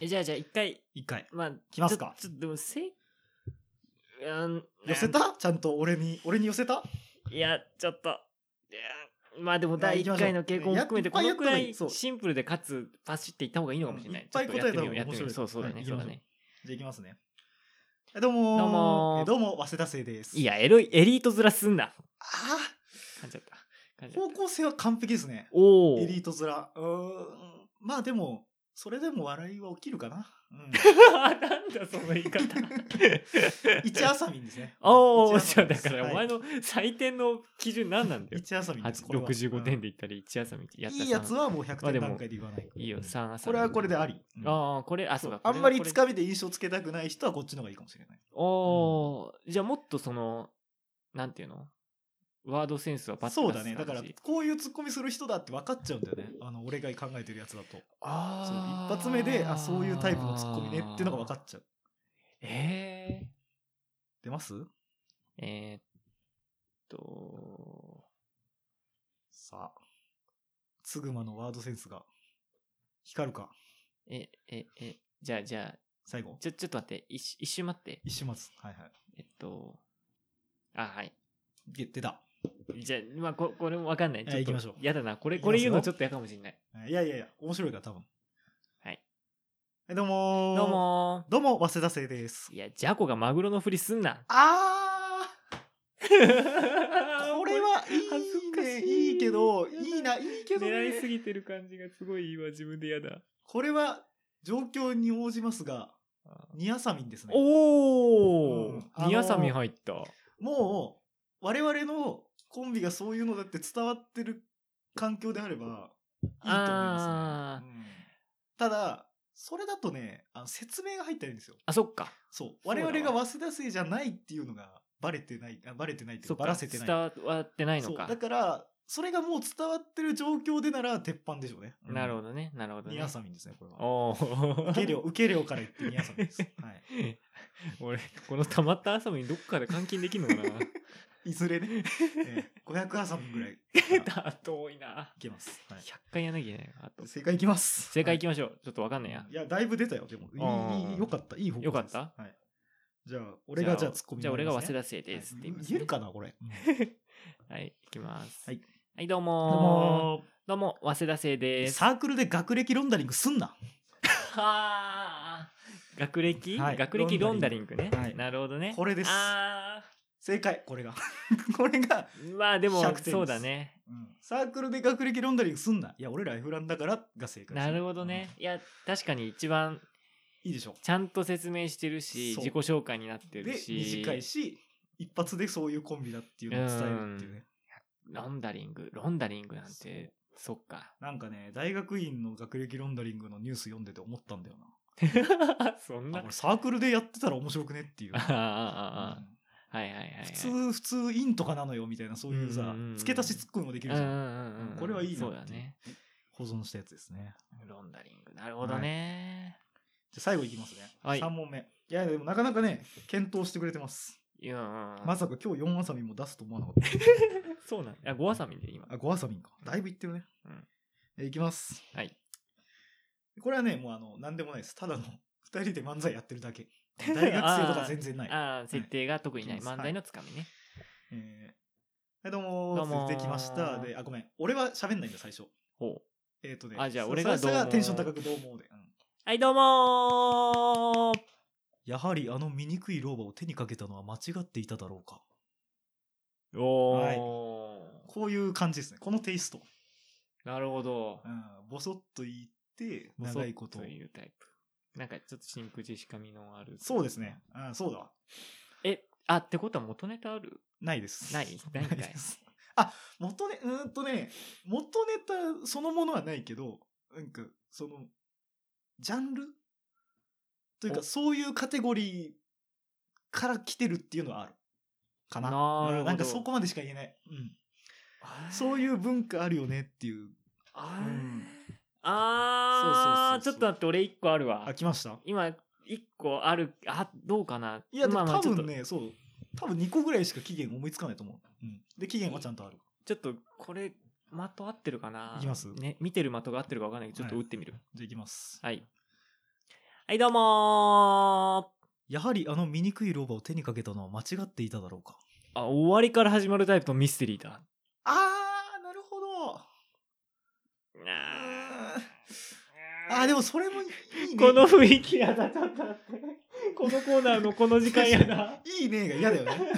[SPEAKER 1] ー、えじゃあじゃあ一回、
[SPEAKER 2] 一回。
[SPEAKER 1] まあ、
[SPEAKER 2] 来ますか
[SPEAKER 1] ちょちょっとでもせ、うん、
[SPEAKER 2] 寄せたちゃんと俺に、俺に寄せた
[SPEAKER 1] いや、ちょっと。いやまあでも第
[SPEAKER 2] いや行
[SPEAKER 1] 1
[SPEAKER 2] き
[SPEAKER 1] 回
[SPEAKER 2] ましょう
[SPEAKER 1] の傾向も含めて
[SPEAKER 2] や
[SPEAKER 1] こ
[SPEAKER 2] っぱ
[SPEAKER 1] の
[SPEAKER 2] り
[SPEAKER 1] く
[SPEAKER 2] やっ
[SPEAKER 1] ら
[SPEAKER 2] た方がいい
[SPEAKER 1] い
[SPEAKER 2] そう
[SPEAKER 1] シンプルでかつパシっていった方がいいのかもしれない。
[SPEAKER 2] いっぱい
[SPEAKER 1] ちょとやてみよう
[SPEAKER 2] 答えた方が面白い
[SPEAKER 1] やってみようそうそうだ
[SPEAKER 2] は
[SPEAKER 1] ね。
[SPEAKER 2] い
[SPEAKER 1] そ
[SPEAKER 2] 行
[SPEAKER 1] う
[SPEAKER 2] きま
[SPEAKER 1] だ
[SPEAKER 2] しょう
[SPEAKER 1] ね。
[SPEAKER 2] じゃあ行きますね。えどうもー
[SPEAKER 1] どうもー
[SPEAKER 2] えどうも、早稲田生です。
[SPEAKER 1] い。や、エロい、エリート面すんな。
[SPEAKER 2] あ
[SPEAKER 1] 噛んじゃった。噛ん
[SPEAKER 2] あ、
[SPEAKER 1] じゃっ
[SPEAKER 2] 方
[SPEAKER 1] た。
[SPEAKER 2] 向性は完璧ですね。
[SPEAKER 1] おお。
[SPEAKER 2] エリート面。うーん。まあでも、それでも笑いは起きるかな。う ん。
[SPEAKER 1] なんだその言い方。。
[SPEAKER 2] 一アサミンですね
[SPEAKER 1] おお、
[SPEAKER 2] 一
[SPEAKER 1] じゃ
[SPEAKER 2] アサミ
[SPEAKER 1] あ
[SPEAKER 2] ンで
[SPEAKER 1] だ
[SPEAKER 2] す
[SPEAKER 1] からお前
[SPEAKER 2] はい
[SPEAKER 1] の採点の基準何なんだよ。
[SPEAKER 2] 一アサミンです。これは
[SPEAKER 1] 65点で言ったり、1朝見て。
[SPEAKER 2] う
[SPEAKER 1] や
[SPEAKER 2] ん
[SPEAKER 1] っ
[SPEAKER 2] い
[SPEAKER 1] た
[SPEAKER 2] いやつはもう100
[SPEAKER 1] まあで
[SPEAKER 2] 点
[SPEAKER 1] も
[SPEAKER 2] 段階で言わない。
[SPEAKER 1] いいよ、3朝。
[SPEAKER 2] これはこれであ
[SPEAKER 1] り。
[SPEAKER 2] り。うん
[SPEAKER 1] ああ、これ、あ、そうか。
[SPEAKER 2] あんまりつ
[SPEAKER 1] み。
[SPEAKER 2] かみで印象つけたくない人はこっちの方がいいかもしれない。
[SPEAKER 1] おおー、じゃあもっとその、なんていうのワードセンスはパッと
[SPEAKER 2] そう
[SPEAKER 1] 出
[SPEAKER 2] だ
[SPEAKER 1] す
[SPEAKER 2] ね。だから
[SPEAKER 1] 感じ、
[SPEAKER 2] こういうツッコミする人だって分かっちゃうんだよね。あの、俺が考えてるやつだと。そう
[SPEAKER 1] あ
[SPEAKER 2] 一
[SPEAKER 1] あ。
[SPEAKER 2] 発目で、あ、そういうタイプのツッコミねっていうのが分か
[SPEAKER 1] っ
[SPEAKER 2] っちゃう。
[SPEAKER 1] え
[SPEAKER 2] 出ます
[SPEAKER 1] ええーっと、
[SPEAKER 2] さあ。つぐまのワードセンスが光るか。
[SPEAKER 1] え、え、え、じゃあ、じゃあ、
[SPEAKER 2] 最後。
[SPEAKER 1] ちょ、ちょっと待って、一瞬一瞬待って。
[SPEAKER 2] 一瞬待つ。はいはい。
[SPEAKER 1] えっと、あ、はい。
[SPEAKER 2] で出た。
[SPEAKER 1] じゃあ、まあ、ここれもわかんない。
[SPEAKER 2] はい
[SPEAKER 1] ちょっ
[SPEAKER 2] 行き
[SPEAKER 1] と
[SPEAKER 2] ましょう
[SPEAKER 1] やだな。これ、
[SPEAKER 2] 行きま
[SPEAKER 1] これ
[SPEAKER 2] すよ
[SPEAKER 1] 言うのちょっとやかもしんない。
[SPEAKER 2] いやいやいや、面白いから多分。
[SPEAKER 1] はい。
[SPEAKER 2] えどうもー
[SPEAKER 1] どう。も
[SPEAKER 2] どうも、早稲田生です
[SPEAKER 1] ー。い。や、ジャコがマグロのふりすんな。
[SPEAKER 2] あ
[SPEAKER 1] これ
[SPEAKER 2] ーこれはい
[SPEAKER 1] 恥ず
[SPEAKER 2] い
[SPEAKER 1] か
[SPEAKER 2] ね。
[SPEAKER 1] しい
[SPEAKER 2] いいけど、いいな、いいけど、ね。
[SPEAKER 1] 狙いすぎてる感じがすごい今自分でやだ。
[SPEAKER 2] これは状況に応じますが、ニアサミンですね。
[SPEAKER 1] お
[SPEAKER 2] う
[SPEAKER 1] ー
[SPEAKER 2] んあのー
[SPEAKER 1] ニアサミ入った。
[SPEAKER 2] もう、我々のコンビがそういうのだって伝わってる環境であれば、いいと思いますね。うんただ、それだとね、あの説明が入ってるんですよ。
[SPEAKER 1] あ、そっか。
[SPEAKER 2] そう。
[SPEAKER 1] そう
[SPEAKER 2] 我
[SPEAKER 1] だわ
[SPEAKER 2] 々が早稲田生じゃないっていうのがバレてない、あバレてないっていう
[SPEAKER 1] そっ
[SPEAKER 2] か
[SPEAKER 1] か。
[SPEAKER 2] バラせてない。
[SPEAKER 1] 伝わってないの
[SPEAKER 2] そう
[SPEAKER 1] か
[SPEAKER 2] だ。から、それがもう伝わってる状況でなら鉄板でしょうね。
[SPEAKER 1] なるほ
[SPEAKER 2] ど。
[SPEAKER 1] どね。なるほどね
[SPEAKER 2] ニア。サミンですね、これは。
[SPEAKER 1] お
[SPEAKER 2] 受け
[SPEAKER 1] ー。
[SPEAKER 2] 量、受け量から言ってニアサミンです。はい。
[SPEAKER 1] 俺、この溜まったアサミどっかで監禁できんのかな
[SPEAKER 2] いずれね、ええ500ハサミぐらいい
[SPEAKER 1] だ、遠いな。
[SPEAKER 2] けます。はい
[SPEAKER 1] 100回やんなきゃいけないな。あと
[SPEAKER 2] 正解いきます。
[SPEAKER 1] 正解い
[SPEAKER 2] き
[SPEAKER 1] きましょう。ちょっとわかんないや
[SPEAKER 2] い。や、だいぶ出たよ、でも。いいいいよかった、いい方向
[SPEAKER 1] よかっ
[SPEAKER 2] です
[SPEAKER 1] た
[SPEAKER 2] はい。じゃあ、俺がじゃあツッコミ
[SPEAKER 1] じゃあ俺が
[SPEAKER 2] 回
[SPEAKER 1] 早
[SPEAKER 2] り
[SPEAKER 1] 稲
[SPEAKER 2] ま
[SPEAKER 1] 田生
[SPEAKER 2] ね
[SPEAKER 1] ですって言
[SPEAKER 2] はい
[SPEAKER 1] いますね
[SPEAKER 2] 言えるかな、これ。
[SPEAKER 1] はい、いきます。
[SPEAKER 2] はい。
[SPEAKER 1] はい、どう
[SPEAKER 2] どう
[SPEAKER 1] もー。
[SPEAKER 2] も
[SPEAKER 1] どうも、早稲田生
[SPEAKER 2] ー
[SPEAKER 1] です。
[SPEAKER 2] サークルで学歴ロンダリングすんな。
[SPEAKER 1] はー 学歴、
[SPEAKER 2] はい
[SPEAKER 1] 学歴ロンダリングね。
[SPEAKER 2] はい
[SPEAKER 1] なるほどね。
[SPEAKER 2] これです
[SPEAKER 1] あ
[SPEAKER 2] 正解、これが。 これが、
[SPEAKER 1] ーまあでも
[SPEAKER 2] 100点です
[SPEAKER 1] そうだね。
[SPEAKER 2] うんサークルで学歴ロンダリングすんな。いや、俺ら F ランだからが正解です
[SPEAKER 1] なるほどね。。いや確かに一番
[SPEAKER 2] うんいいでしょう。
[SPEAKER 1] ちゃんと説明してるし
[SPEAKER 2] そう
[SPEAKER 1] 自己紹介になって
[SPEAKER 2] で、
[SPEAKER 1] るし
[SPEAKER 2] 短いし、一発でそういうコンビだっていうのを伝えるっていうね。
[SPEAKER 1] ロンダリングロンダリングなんてそっ か
[SPEAKER 2] なんかね、大学院の学歴ロンダリングのニュース読んでて思ったんだよ
[SPEAKER 1] そんな
[SPEAKER 2] な。あこれサークルでやってたら面白くねっていう。
[SPEAKER 1] あああ
[SPEAKER 2] うん
[SPEAKER 1] ああはいはいはいはい
[SPEAKER 2] 普通、普通、インとかなのよみたいな、そういう
[SPEAKER 1] うん
[SPEAKER 2] さ
[SPEAKER 1] うんうん、
[SPEAKER 2] 付け足しツッコミもでき
[SPEAKER 1] う
[SPEAKER 2] る
[SPEAKER 1] んう
[SPEAKER 2] じ
[SPEAKER 1] ん
[SPEAKER 2] ゃん。
[SPEAKER 1] うんうん
[SPEAKER 2] これはいいなってい
[SPEAKER 1] そ
[SPEAKER 2] う
[SPEAKER 1] うだね
[SPEAKER 2] 保存したやつですね。
[SPEAKER 1] ロンダリング。なるほどね。
[SPEAKER 2] じゃあ最後いきますね。
[SPEAKER 1] はい
[SPEAKER 2] 3問目。いや、でもなかなかね、検討してくれてます。
[SPEAKER 1] い、やー
[SPEAKER 2] まさか今日4あさみも出すと思わなかっ
[SPEAKER 1] そうなんや。ごわさみで今。
[SPEAKER 2] た。あ、5あさみんか。だいぶいってるね。
[SPEAKER 1] うん
[SPEAKER 2] えいきます。
[SPEAKER 1] はい。
[SPEAKER 2] これはね、もうあの、なんでもないです。ただの、2人で漫才やってるだけ。大学生とか全然ない。
[SPEAKER 1] ああ、設定が特にない。
[SPEAKER 2] いきます
[SPEAKER 1] 漫才のつかみね。
[SPEAKER 2] えーはい、どうもー。
[SPEAKER 1] どうもー
[SPEAKER 2] 出てきました。で、あ、ごめん。俺は喋んないんだ、最初。
[SPEAKER 1] ほう。
[SPEAKER 2] えっ、とね。
[SPEAKER 1] あじゃあ
[SPEAKER 2] そ
[SPEAKER 1] 俺が
[SPEAKER 2] それ
[SPEAKER 1] どうもー
[SPEAKER 2] テンション高くどうもーで。うん
[SPEAKER 1] はい、どうもー
[SPEAKER 2] やはりあの醜い老婆を手にかけたのは間違っていただろうか。
[SPEAKER 1] おー、
[SPEAKER 2] はいこういう感じですね。このテイスト。
[SPEAKER 1] なるほど
[SPEAKER 2] う。ん、ボソッと言って、長いこと
[SPEAKER 1] ボソッというタイプ。なんかちょっと真空ジェシカ味のある。
[SPEAKER 2] そうですね。。うん、そうだわ。
[SPEAKER 1] え、あ、ってことは元ネタある
[SPEAKER 2] ないです。
[SPEAKER 1] ないないんかい
[SPEAKER 2] です。あ、元ネ、うーんとね、元ネタそのものはないけど、なんか、その、ジャンルという
[SPEAKER 1] お
[SPEAKER 2] か、そういうカテゴリーから来てるっていうのはある。かな。
[SPEAKER 1] なるほど
[SPEAKER 2] うんなんかそこまでしか言えない。うん。そう
[SPEAKER 1] う。
[SPEAKER 2] いう文化あるよねっていう。
[SPEAKER 1] あ
[SPEAKER 2] うん
[SPEAKER 1] ー、あー
[SPEAKER 2] そうそ
[SPEAKER 1] ち
[SPEAKER 2] うそうそう
[SPEAKER 1] ょっと待って、俺一個あるわ
[SPEAKER 2] あ、。来ました
[SPEAKER 1] 今、一個ある、あ、どうかな。
[SPEAKER 2] いや、で
[SPEAKER 1] ま
[SPEAKER 2] も
[SPEAKER 1] あまあ
[SPEAKER 2] 多
[SPEAKER 1] ちょっと
[SPEAKER 2] 分ね、そう。多分2個ぐらいしか期限思いつかないと思う。うん。で、期限はちゃんとある。
[SPEAKER 1] ちょっと、これ、的合ってるかない
[SPEAKER 2] きます
[SPEAKER 1] ね、見てる的が合ってるか分かんないけど、ちょっと打ってみる。
[SPEAKER 2] じゃあ行きます。
[SPEAKER 1] はい。はい、どうも
[SPEAKER 2] やはりあの醜い老婆を手にかけたのは間違っていただろうか。
[SPEAKER 1] ーあ、終わりから始まるタイプのミステリーだ。
[SPEAKER 2] あー、なるほど。
[SPEAKER 1] あ
[SPEAKER 2] あー、でもそれもいいね。
[SPEAKER 1] この雰囲気やだ、ちょっと待って。このコーナーのこの時間やだ。
[SPEAKER 2] いいねが嫌だよね。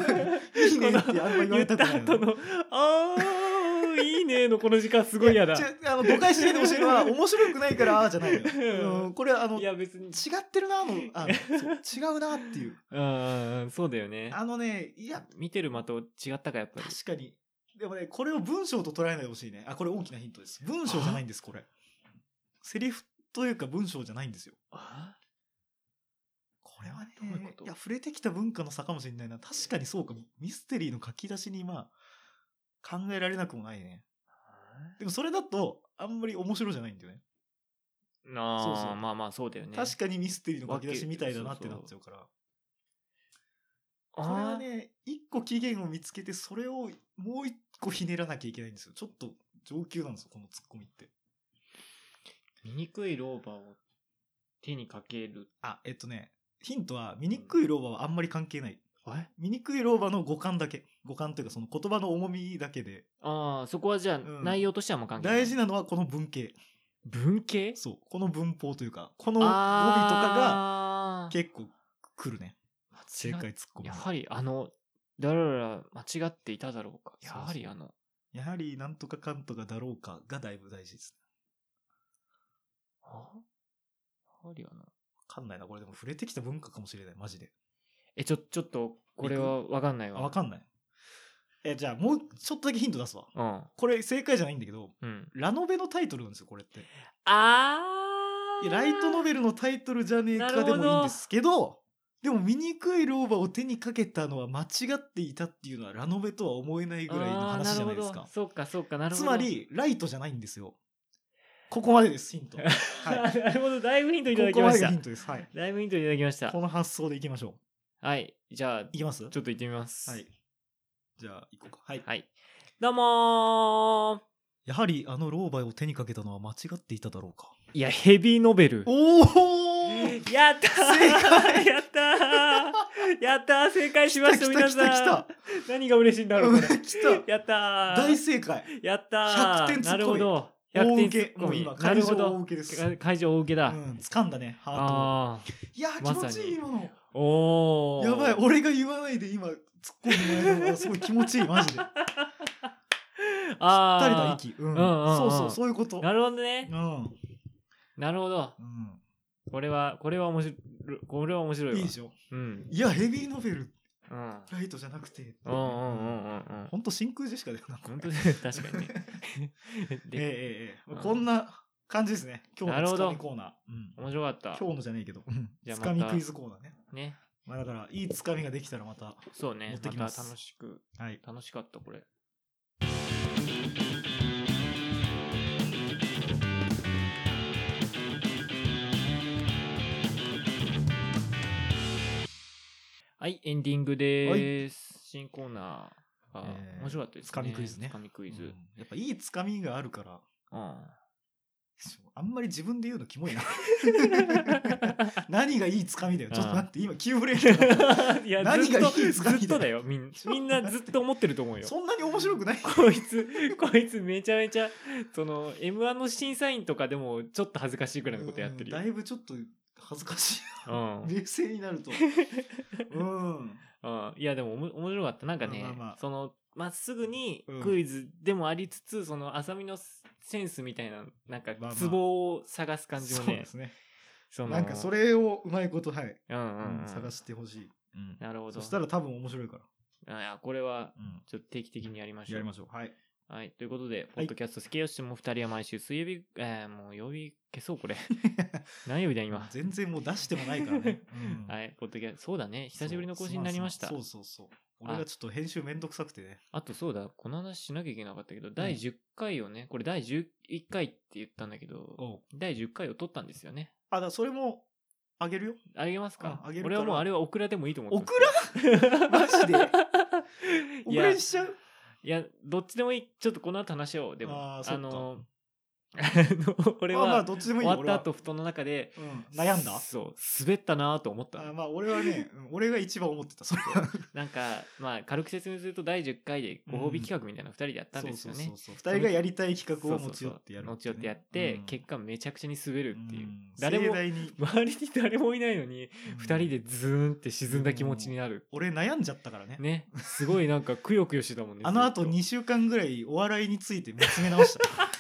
[SPEAKER 2] いいねってあんま言われたくな
[SPEAKER 1] こ
[SPEAKER 2] い
[SPEAKER 1] の言った後の、あー、いいねのこの時間すごいやだ。
[SPEAKER 2] ちょあの誤解しないでほしいのは面白くないから あーじゃないのよ。
[SPEAKER 1] う
[SPEAKER 2] うんん、これあの
[SPEAKER 1] い
[SPEAKER 2] 違っ
[SPEAKER 1] や、別に。
[SPEAKER 2] てるなのあ のそう違うなっていう。
[SPEAKER 1] うん、そうだよね。
[SPEAKER 2] あのねいや
[SPEAKER 1] 見てる的違ったか、やっぱり。
[SPEAKER 2] 確かに。でもねこれを文章と捉えないでほしいね。あこれ大きなヒントです。文章じゃないんですこれ。セリフというか文章じゃないんですよ。
[SPEAKER 1] あ
[SPEAKER 2] これはね
[SPEAKER 1] どういうこと
[SPEAKER 2] いや触れてきた文化の差かもしれないな確かにそうかミステリーの書き出しにまあ考えられなくもないねでもそれだとあんまり面白いじゃないんだよね
[SPEAKER 1] なあ
[SPEAKER 2] そうそう
[SPEAKER 1] まあまあ、そうだよね。
[SPEAKER 2] 確かにミステリーの書き出しみたいだなってなっちゃうからこれはね一個期限を見つけてそれをもう一個ひねらなきゃいけないんですよちょっと上級なんですよこのツッコミって
[SPEAKER 1] 醜い老婆を手にかける。
[SPEAKER 2] あえっとねヒントは醜い老婆はあんまり関係ない
[SPEAKER 1] あ
[SPEAKER 2] 醜い老婆の五感だけ五感というかその言葉の重みだけで
[SPEAKER 1] あ、そこはじゃあ、
[SPEAKER 2] ん
[SPEAKER 1] 内容としてはもう関係ない。
[SPEAKER 2] 大事なのはこの文系
[SPEAKER 1] 文系
[SPEAKER 2] そう。この文法というか、この語尾とか
[SPEAKER 1] が
[SPEAKER 2] が結構来るね。正解突っ込む。
[SPEAKER 1] やはり、あの、だらだら間違っていただろうか。やはり、あの、
[SPEAKER 2] やはり、なんとかかんとかだろうかがだいぶ大事ですね。
[SPEAKER 1] あやはりあの、
[SPEAKER 2] わかんないな。これでも触れてきた文化かもしれない。マジで。
[SPEAKER 1] え、ちょ、ちょっと、これはわかんない
[SPEAKER 2] あ、
[SPEAKER 1] わ。
[SPEAKER 2] わかんない。え、じゃあもうちょっとだけヒント出すわ。
[SPEAKER 1] うん。
[SPEAKER 2] これ正解じゃないんだけど、
[SPEAKER 1] うん。
[SPEAKER 2] ラノベのタイトルなんですよ、これって。
[SPEAKER 1] あ
[SPEAKER 2] いやライトノベルのタイトルじゃねえかでもいいんですけど、でも醜い老婆を手にかけたのは間違っていたっていうのはラノベとは思えないぐらいの話じゃないですか。
[SPEAKER 1] そうか、そうか、なるほ
[SPEAKER 2] つ
[SPEAKER 1] ど。
[SPEAKER 2] ま、り、ライトじゃないんですよ。ここまでです、ヒント。はい。こ
[SPEAKER 1] なるほど、だいぶヒントいただき
[SPEAKER 2] こま
[SPEAKER 1] ま
[SPEAKER 2] で
[SPEAKER 1] し
[SPEAKER 2] が
[SPEAKER 1] た
[SPEAKER 2] ヒン。トです。はい。
[SPEAKER 1] だいぶヒントいただきました
[SPEAKER 2] こ。の発想でいきましょ
[SPEAKER 1] はい。じゃあ、
[SPEAKER 2] う。いきます
[SPEAKER 1] ちょっと行ってみます。
[SPEAKER 2] はい。。じゃあ、行こうか。はい。
[SPEAKER 1] はい。どうもー
[SPEAKER 2] やはり、あの老婆を手にかけたのは間違っていただろうか。
[SPEAKER 1] いや、ヘビーノベル。
[SPEAKER 2] おお
[SPEAKER 1] やったー
[SPEAKER 2] 正解
[SPEAKER 1] やったーやったー正解しました、
[SPEAKER 2] 来た
[SPEAKER 1] 皆
[SPEAKER 2] 来た来
[SPEAKER 1] さ
[SPEAKER 2] た
[SPEAKER 1] ん。何が 嬉しいんだろう、これ。
[SPEAKER 2] 来た
[SPEAKER 1] やったー
[SPEAKER 2] 大正解
[SPEAKER 1] やったー
[SPEAKER 2] 100点ツッ
[SPEAKER 1] な
[SPEAKER 2] コミ
[SPEAKER 1] るほど。
[SPEAKER 2] 大
[SPEAKER 1] 100点
[SPEAKER 2] 受
[SPEAKER 1] ツッ
[SPEAKER 2] け。
[SPEAKER 1] コ
[SPEAKER 2] もう
[SPEAKER 1] ミ
[SPEAKER 2] 今、
[SPEAKER 1] な
[SPEAKER 2] 会
[SPEAKER 1] るほ
[SPEAKER 2] 場大
[SPEAKER 1] ど。
[SPEAKER 2] 受けです。う
[SPEAKER 1] か会場大受けだ。
[SPEAKER 2] ん、掴んだね、ハート
[SPEAKER 1] あ
[SPEAKER 2] を。いや
[SPEAKER 1] まさ
[SPEAKER 2] ー、気持
[SPEAKER 1] に
[SPEAKER 2] ちいい、今の。
[SPEAKER 1] ー。おー。
[SPEAKER 2] やばい、俺が言わないで今、突っ込んでもらえたのがすごい気持ちいい、マジで。ぴっ
[SPEAKER 1] あー
[SPEAKER 2] たりだ、息。うん。
[SPEAKER 1] んうんうん
[SPEAKER 2] そうそう、そういうこと。
[SPEAKER 1] なるほどね。
[SPEAKER 2] うん。
[SPEAKER 1] なるほど。
[SPEAKER 2] う
[SPEAKER 1] これは、これは面白い。これは面白い
[SPEAKER 2] ん、
[SPEAKER 1] わ。
[SPEAKER 2] いいでしょ
[SPEAKER 1] うん。
[SPEAKER 2] いやヘビーノベル
[SPEAKER 1] うん。
[SPEAKER 2] ライトじゃなくて
[SPEAKER 1] うんうんうんうん うん。
[SPEAKER 2] ほんと真空ジェシカだよなこれ
[SPEAKER 1] 本当です確か にね。
[SPEAKER 2] ええ
[SPEAKER 1] で、
[SPEAKER 2] ええええ
[SPEAKER 1] うん
[SPEAKER 2] こんな感じですね今
[SPEAKER 1] な
[SPEAKER 2] 日
[SPEAKER 1] る
[SPEAKER 2] の
[SPEAKER 1] ほ
[SPEAKER 2] つ
[SPEAKER 1] ど
[SPEAKER 2] かみコーナー、うん、
[SPEAKER 1] 面白かった。
[SPEAKER 2] 今日のじゃねえけどうん
[SPEAKER 1] じゃあ
[SPEAKER 2] つかみ
[SPEAKER 1] また
[SPEAKER 2] クイズコーナーね
[SPEAKER 1] ね。
[SPEAKER 2] まあだからいいつかみができたらまた
[SPEAKER 1] そうね。
[SPEAKER 2] 持ってきます
[SPEAKER 1] た楽しく、
[SPEAKER 2] はい
[SPEAKER 1] 楽しかった、これ。はい、エンディングです。新コーナーが
[SPEAKER 2] えー
[SPEAKER 1] 面白かったですね。
[SPEAKER 2] つかみクイズね
[SPEAKER 1] つかみクイズ。
[SPEAKER 2] うんやっぱいいつかみがあるから、
[SPEAKER 1] うん。
[SPEAKER 2] あんまり自分で言うのキモ いな。何がいいつかみだよ。ちょっと待って、今、急ブレーキだった。
[SPEAKER 1] いや、
[SPEAKER 2] 何
[SPEAKER 1] ずっ
[SPEAKER 2] が
[SPEAKER 1] と、
[SPEAKER 2] いいつかみだよ
[SPEAKER 1] ずっとだよ。みんみんなずっと思ってると思うよ。
[SPEAKER 2] そんなに面白くない
[SPEAKER 1] こいつ、 こいつめちゃめちゃ、その、M1 の審査員とかでもちょっと恥ずかしいくらいのことやってるよ
[SPEAKER 2] うん。だいぶちょっと恥ずかしい。
[SPEAKER 1] うん。
[SPEAKER 2] 冷静になると。 うん。
[SPEAKER 1] うん、いやでもおも面白かったなんかね、
[SPEAKER 2] まあまあまあ
[SPEAKER 1] そのまっすぐに
[SPEAKER 2] うん
[SPEAKER 1] クイズでもありつつ、その浅見のセンスみたいななんか
[SPEAKER 2] まあまあ
[SPEAKER 1] ツボを探す感じも
[SPEAKER 2] そう
[SPEAKER 1] ね
[SPEAKER 2] ですね。
[SPEAKER 1] その
[SPEAKER 2] なんかそれをうまいこと、はい。
[SPEAKER 1] うんうん、うん、
[SPEAKER 2] 探してほしい。うん
[SPEAKER 1] なるほど
[SPEAKER 2] そしたら多分面白いから。
[SPEAKER 1] あいやこれは
[SPEAKER 2] うん。
[SPEAKER 1] ちょっと定期的にやりましょう
[SPEAKER 2] やりましょう。はい。
[SPEAKER 1] はいということでポッドキャスト「好きよしも二人は毎週水曜日、えーもう曜日消そうこれ 何曜日だ今
[SPEAKER 2] 全然もう出してもないからね。うん
[SPEAKER 1] はいポッドキャストそうだね久しぶりの更新になりました
[SPEAKER 2] そうそうそう。俺がちょっと編集めんどくさくてね。
[SPEAKER 1] あとそうだこの話しなきゃいけなかったけど第10回をねこれ第11回って言ったんだけど、
[SPEAKER 2] おう
[SPEAKER 1] 第10回を取ったんですよね。
[SPEAKER 2] あ、だからそれも、あげるよ。
[SPEAKER 1] あげますか
[SPEAKER 2] ああげるか
[SPEAKER 1] 俺
[SPEAKER 2] ら
[SPEAKER 1] はもうあれはオクラでもいいと思って
[SPEAKER 2] オ
[SPEAKER 1] ます
[SPEAKER 2] クラマジでオ
[SPEAKER 1] い
[SPEAKER 2] ク
[SPEAKER 1] や
[SPEAKER 2] ラ
[SPEAKER 1] い
[SPEAKER 2] にしちゃう
[SPEAKER 1] や、どっちでもいい。ちょっとこの後話しよう。でも、
[SPEAKER 2] あ
[SPEAKER 1] あ
[SPEAKER 2] ーそっか
[SPEAKER 1] の、 あの俺
[SPEAKER 2] まあまあ、
[SPEAKER 1] は
[SPEAKER 2] どっちでもい
[SPEAKER 1] 終
[SPEAKER 2] いよ
[SPEAKER 1] わった後、布団の中で、
[SPEAKER 2] 俺はうん悩んだ
[SPEAKER 1] そう、滑ったなと思った
[SPEAKER 2] あ。まあ、俺はね、うん俺が一番思ってた、それは。
[SPEAKER 1] なんか、まあ、軽く説明すると第10回でご褒美企画みたいなの2人でやったんですよね。
[SPEAKER 2] そうそうそうそう。二人がやりたい企画を持ち寄ってやる
[SPEAKER 1] そうそうそう持ち寄ってやって、結
[SPEAKER 2] 構
[SPEAKER 1] 果めちゃくちゃに滑るっていう。誰
[SPEAKER 2] 誰
[SPEAKER 1] も
[SPEAKER 2] も。盛大に。
[SPEAKER 1] 周りに誰もいないのに、
[SPEAKER 2] うん
[SPEAKER 1] 2人でズーンって沈んだ気持ちになる。
[SPEAKER 2] 俺悩んじゃったからね。
[SPEAKER 1] ね。すごいなんか、くよくよしてたもんね。
[SPEAKER 2] あの後
[SPEAKER 1] ずっと
[SPEAKER 2] 2週間ぐらいお笑いについて見つめ直 した。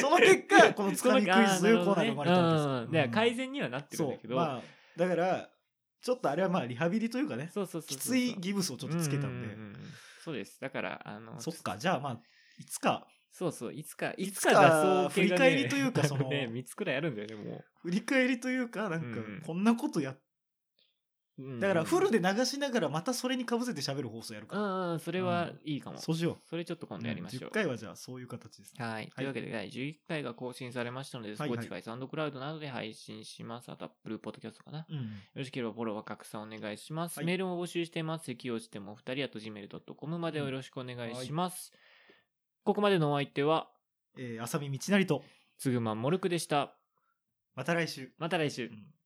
[SPEAKER 2] その結果、このつかみクイズというコーナーが生まれたんです
[SPEAKER 1] う
[SPEAKER 2] よ
[SPEAKER 1] んうん。だから改善にはなってるんだけ
[SPEAKER 2] そう
[SPEAKER 1] ど、
[SPEAKER 2] まあだからちょっとあれはまあリハビリというかね
[SPEAKER 1] そうそうそうそう
[SPEAKER 2] きついギブスをちょっとつけたんで
[SPEAKER 1] ううううんそうですだからあの
[SPEAKER 2] そっかじゃあまあいつか
[SPEAKER 1] そうそういつかいつ
[SPEAKER 2] いつか
[SPEAKER 1] か出そう系がね
[SPEAKER 2] 振り返りという かその
[SPEAKER 1] あね3つくらいあるんだよねも
[SPEAKER 2] 振り返りというかなんか
[SPEAKER 1] うん
[SPEAKER 2] こんなことやっ
[SPEAKER 1] う、うん
[SPEAKER 2] だからフルで流しながらまたそれにかぶせて喋る放送やる
[SPEAKER 1] う
[SPEAKER 2] か
[SPEAKER 1] んうんそれはいいからも
[SPEAKER 2] そうしよ
[SPEAKER 1] それちょっと
[SPEAKER 2] う
[SPEAKER 1] 今度やりましょう
[SPEAKER 2] 10、回はじゃあそういう形ですね
[SPEAKER 1] はい。というわけで、第11回が更新されましたので、
[SPEAKER 2] はいはい
[SPEAKER 1] Spotify、サウンドクラウドなどで配信します。あと、Apple Podcast かな。よ
[SPEAKER 2] うん
[SPEAKER 1] ろしければフォローは拡散お願いします。
[SPEAKER 2] はい
[SPEAKER 1] メールも募集しています。適用しても2人、あと gmail.com までよろしくお願いします。ここまでのお相手は、
[SPEAKER 2] えー浅見道成と
[SPEAKER 1] つぐまんもるくでした。
[SPEAKER 2] また来週
[SPEAKER 1] また来週
[SPEAKER 2] う。ん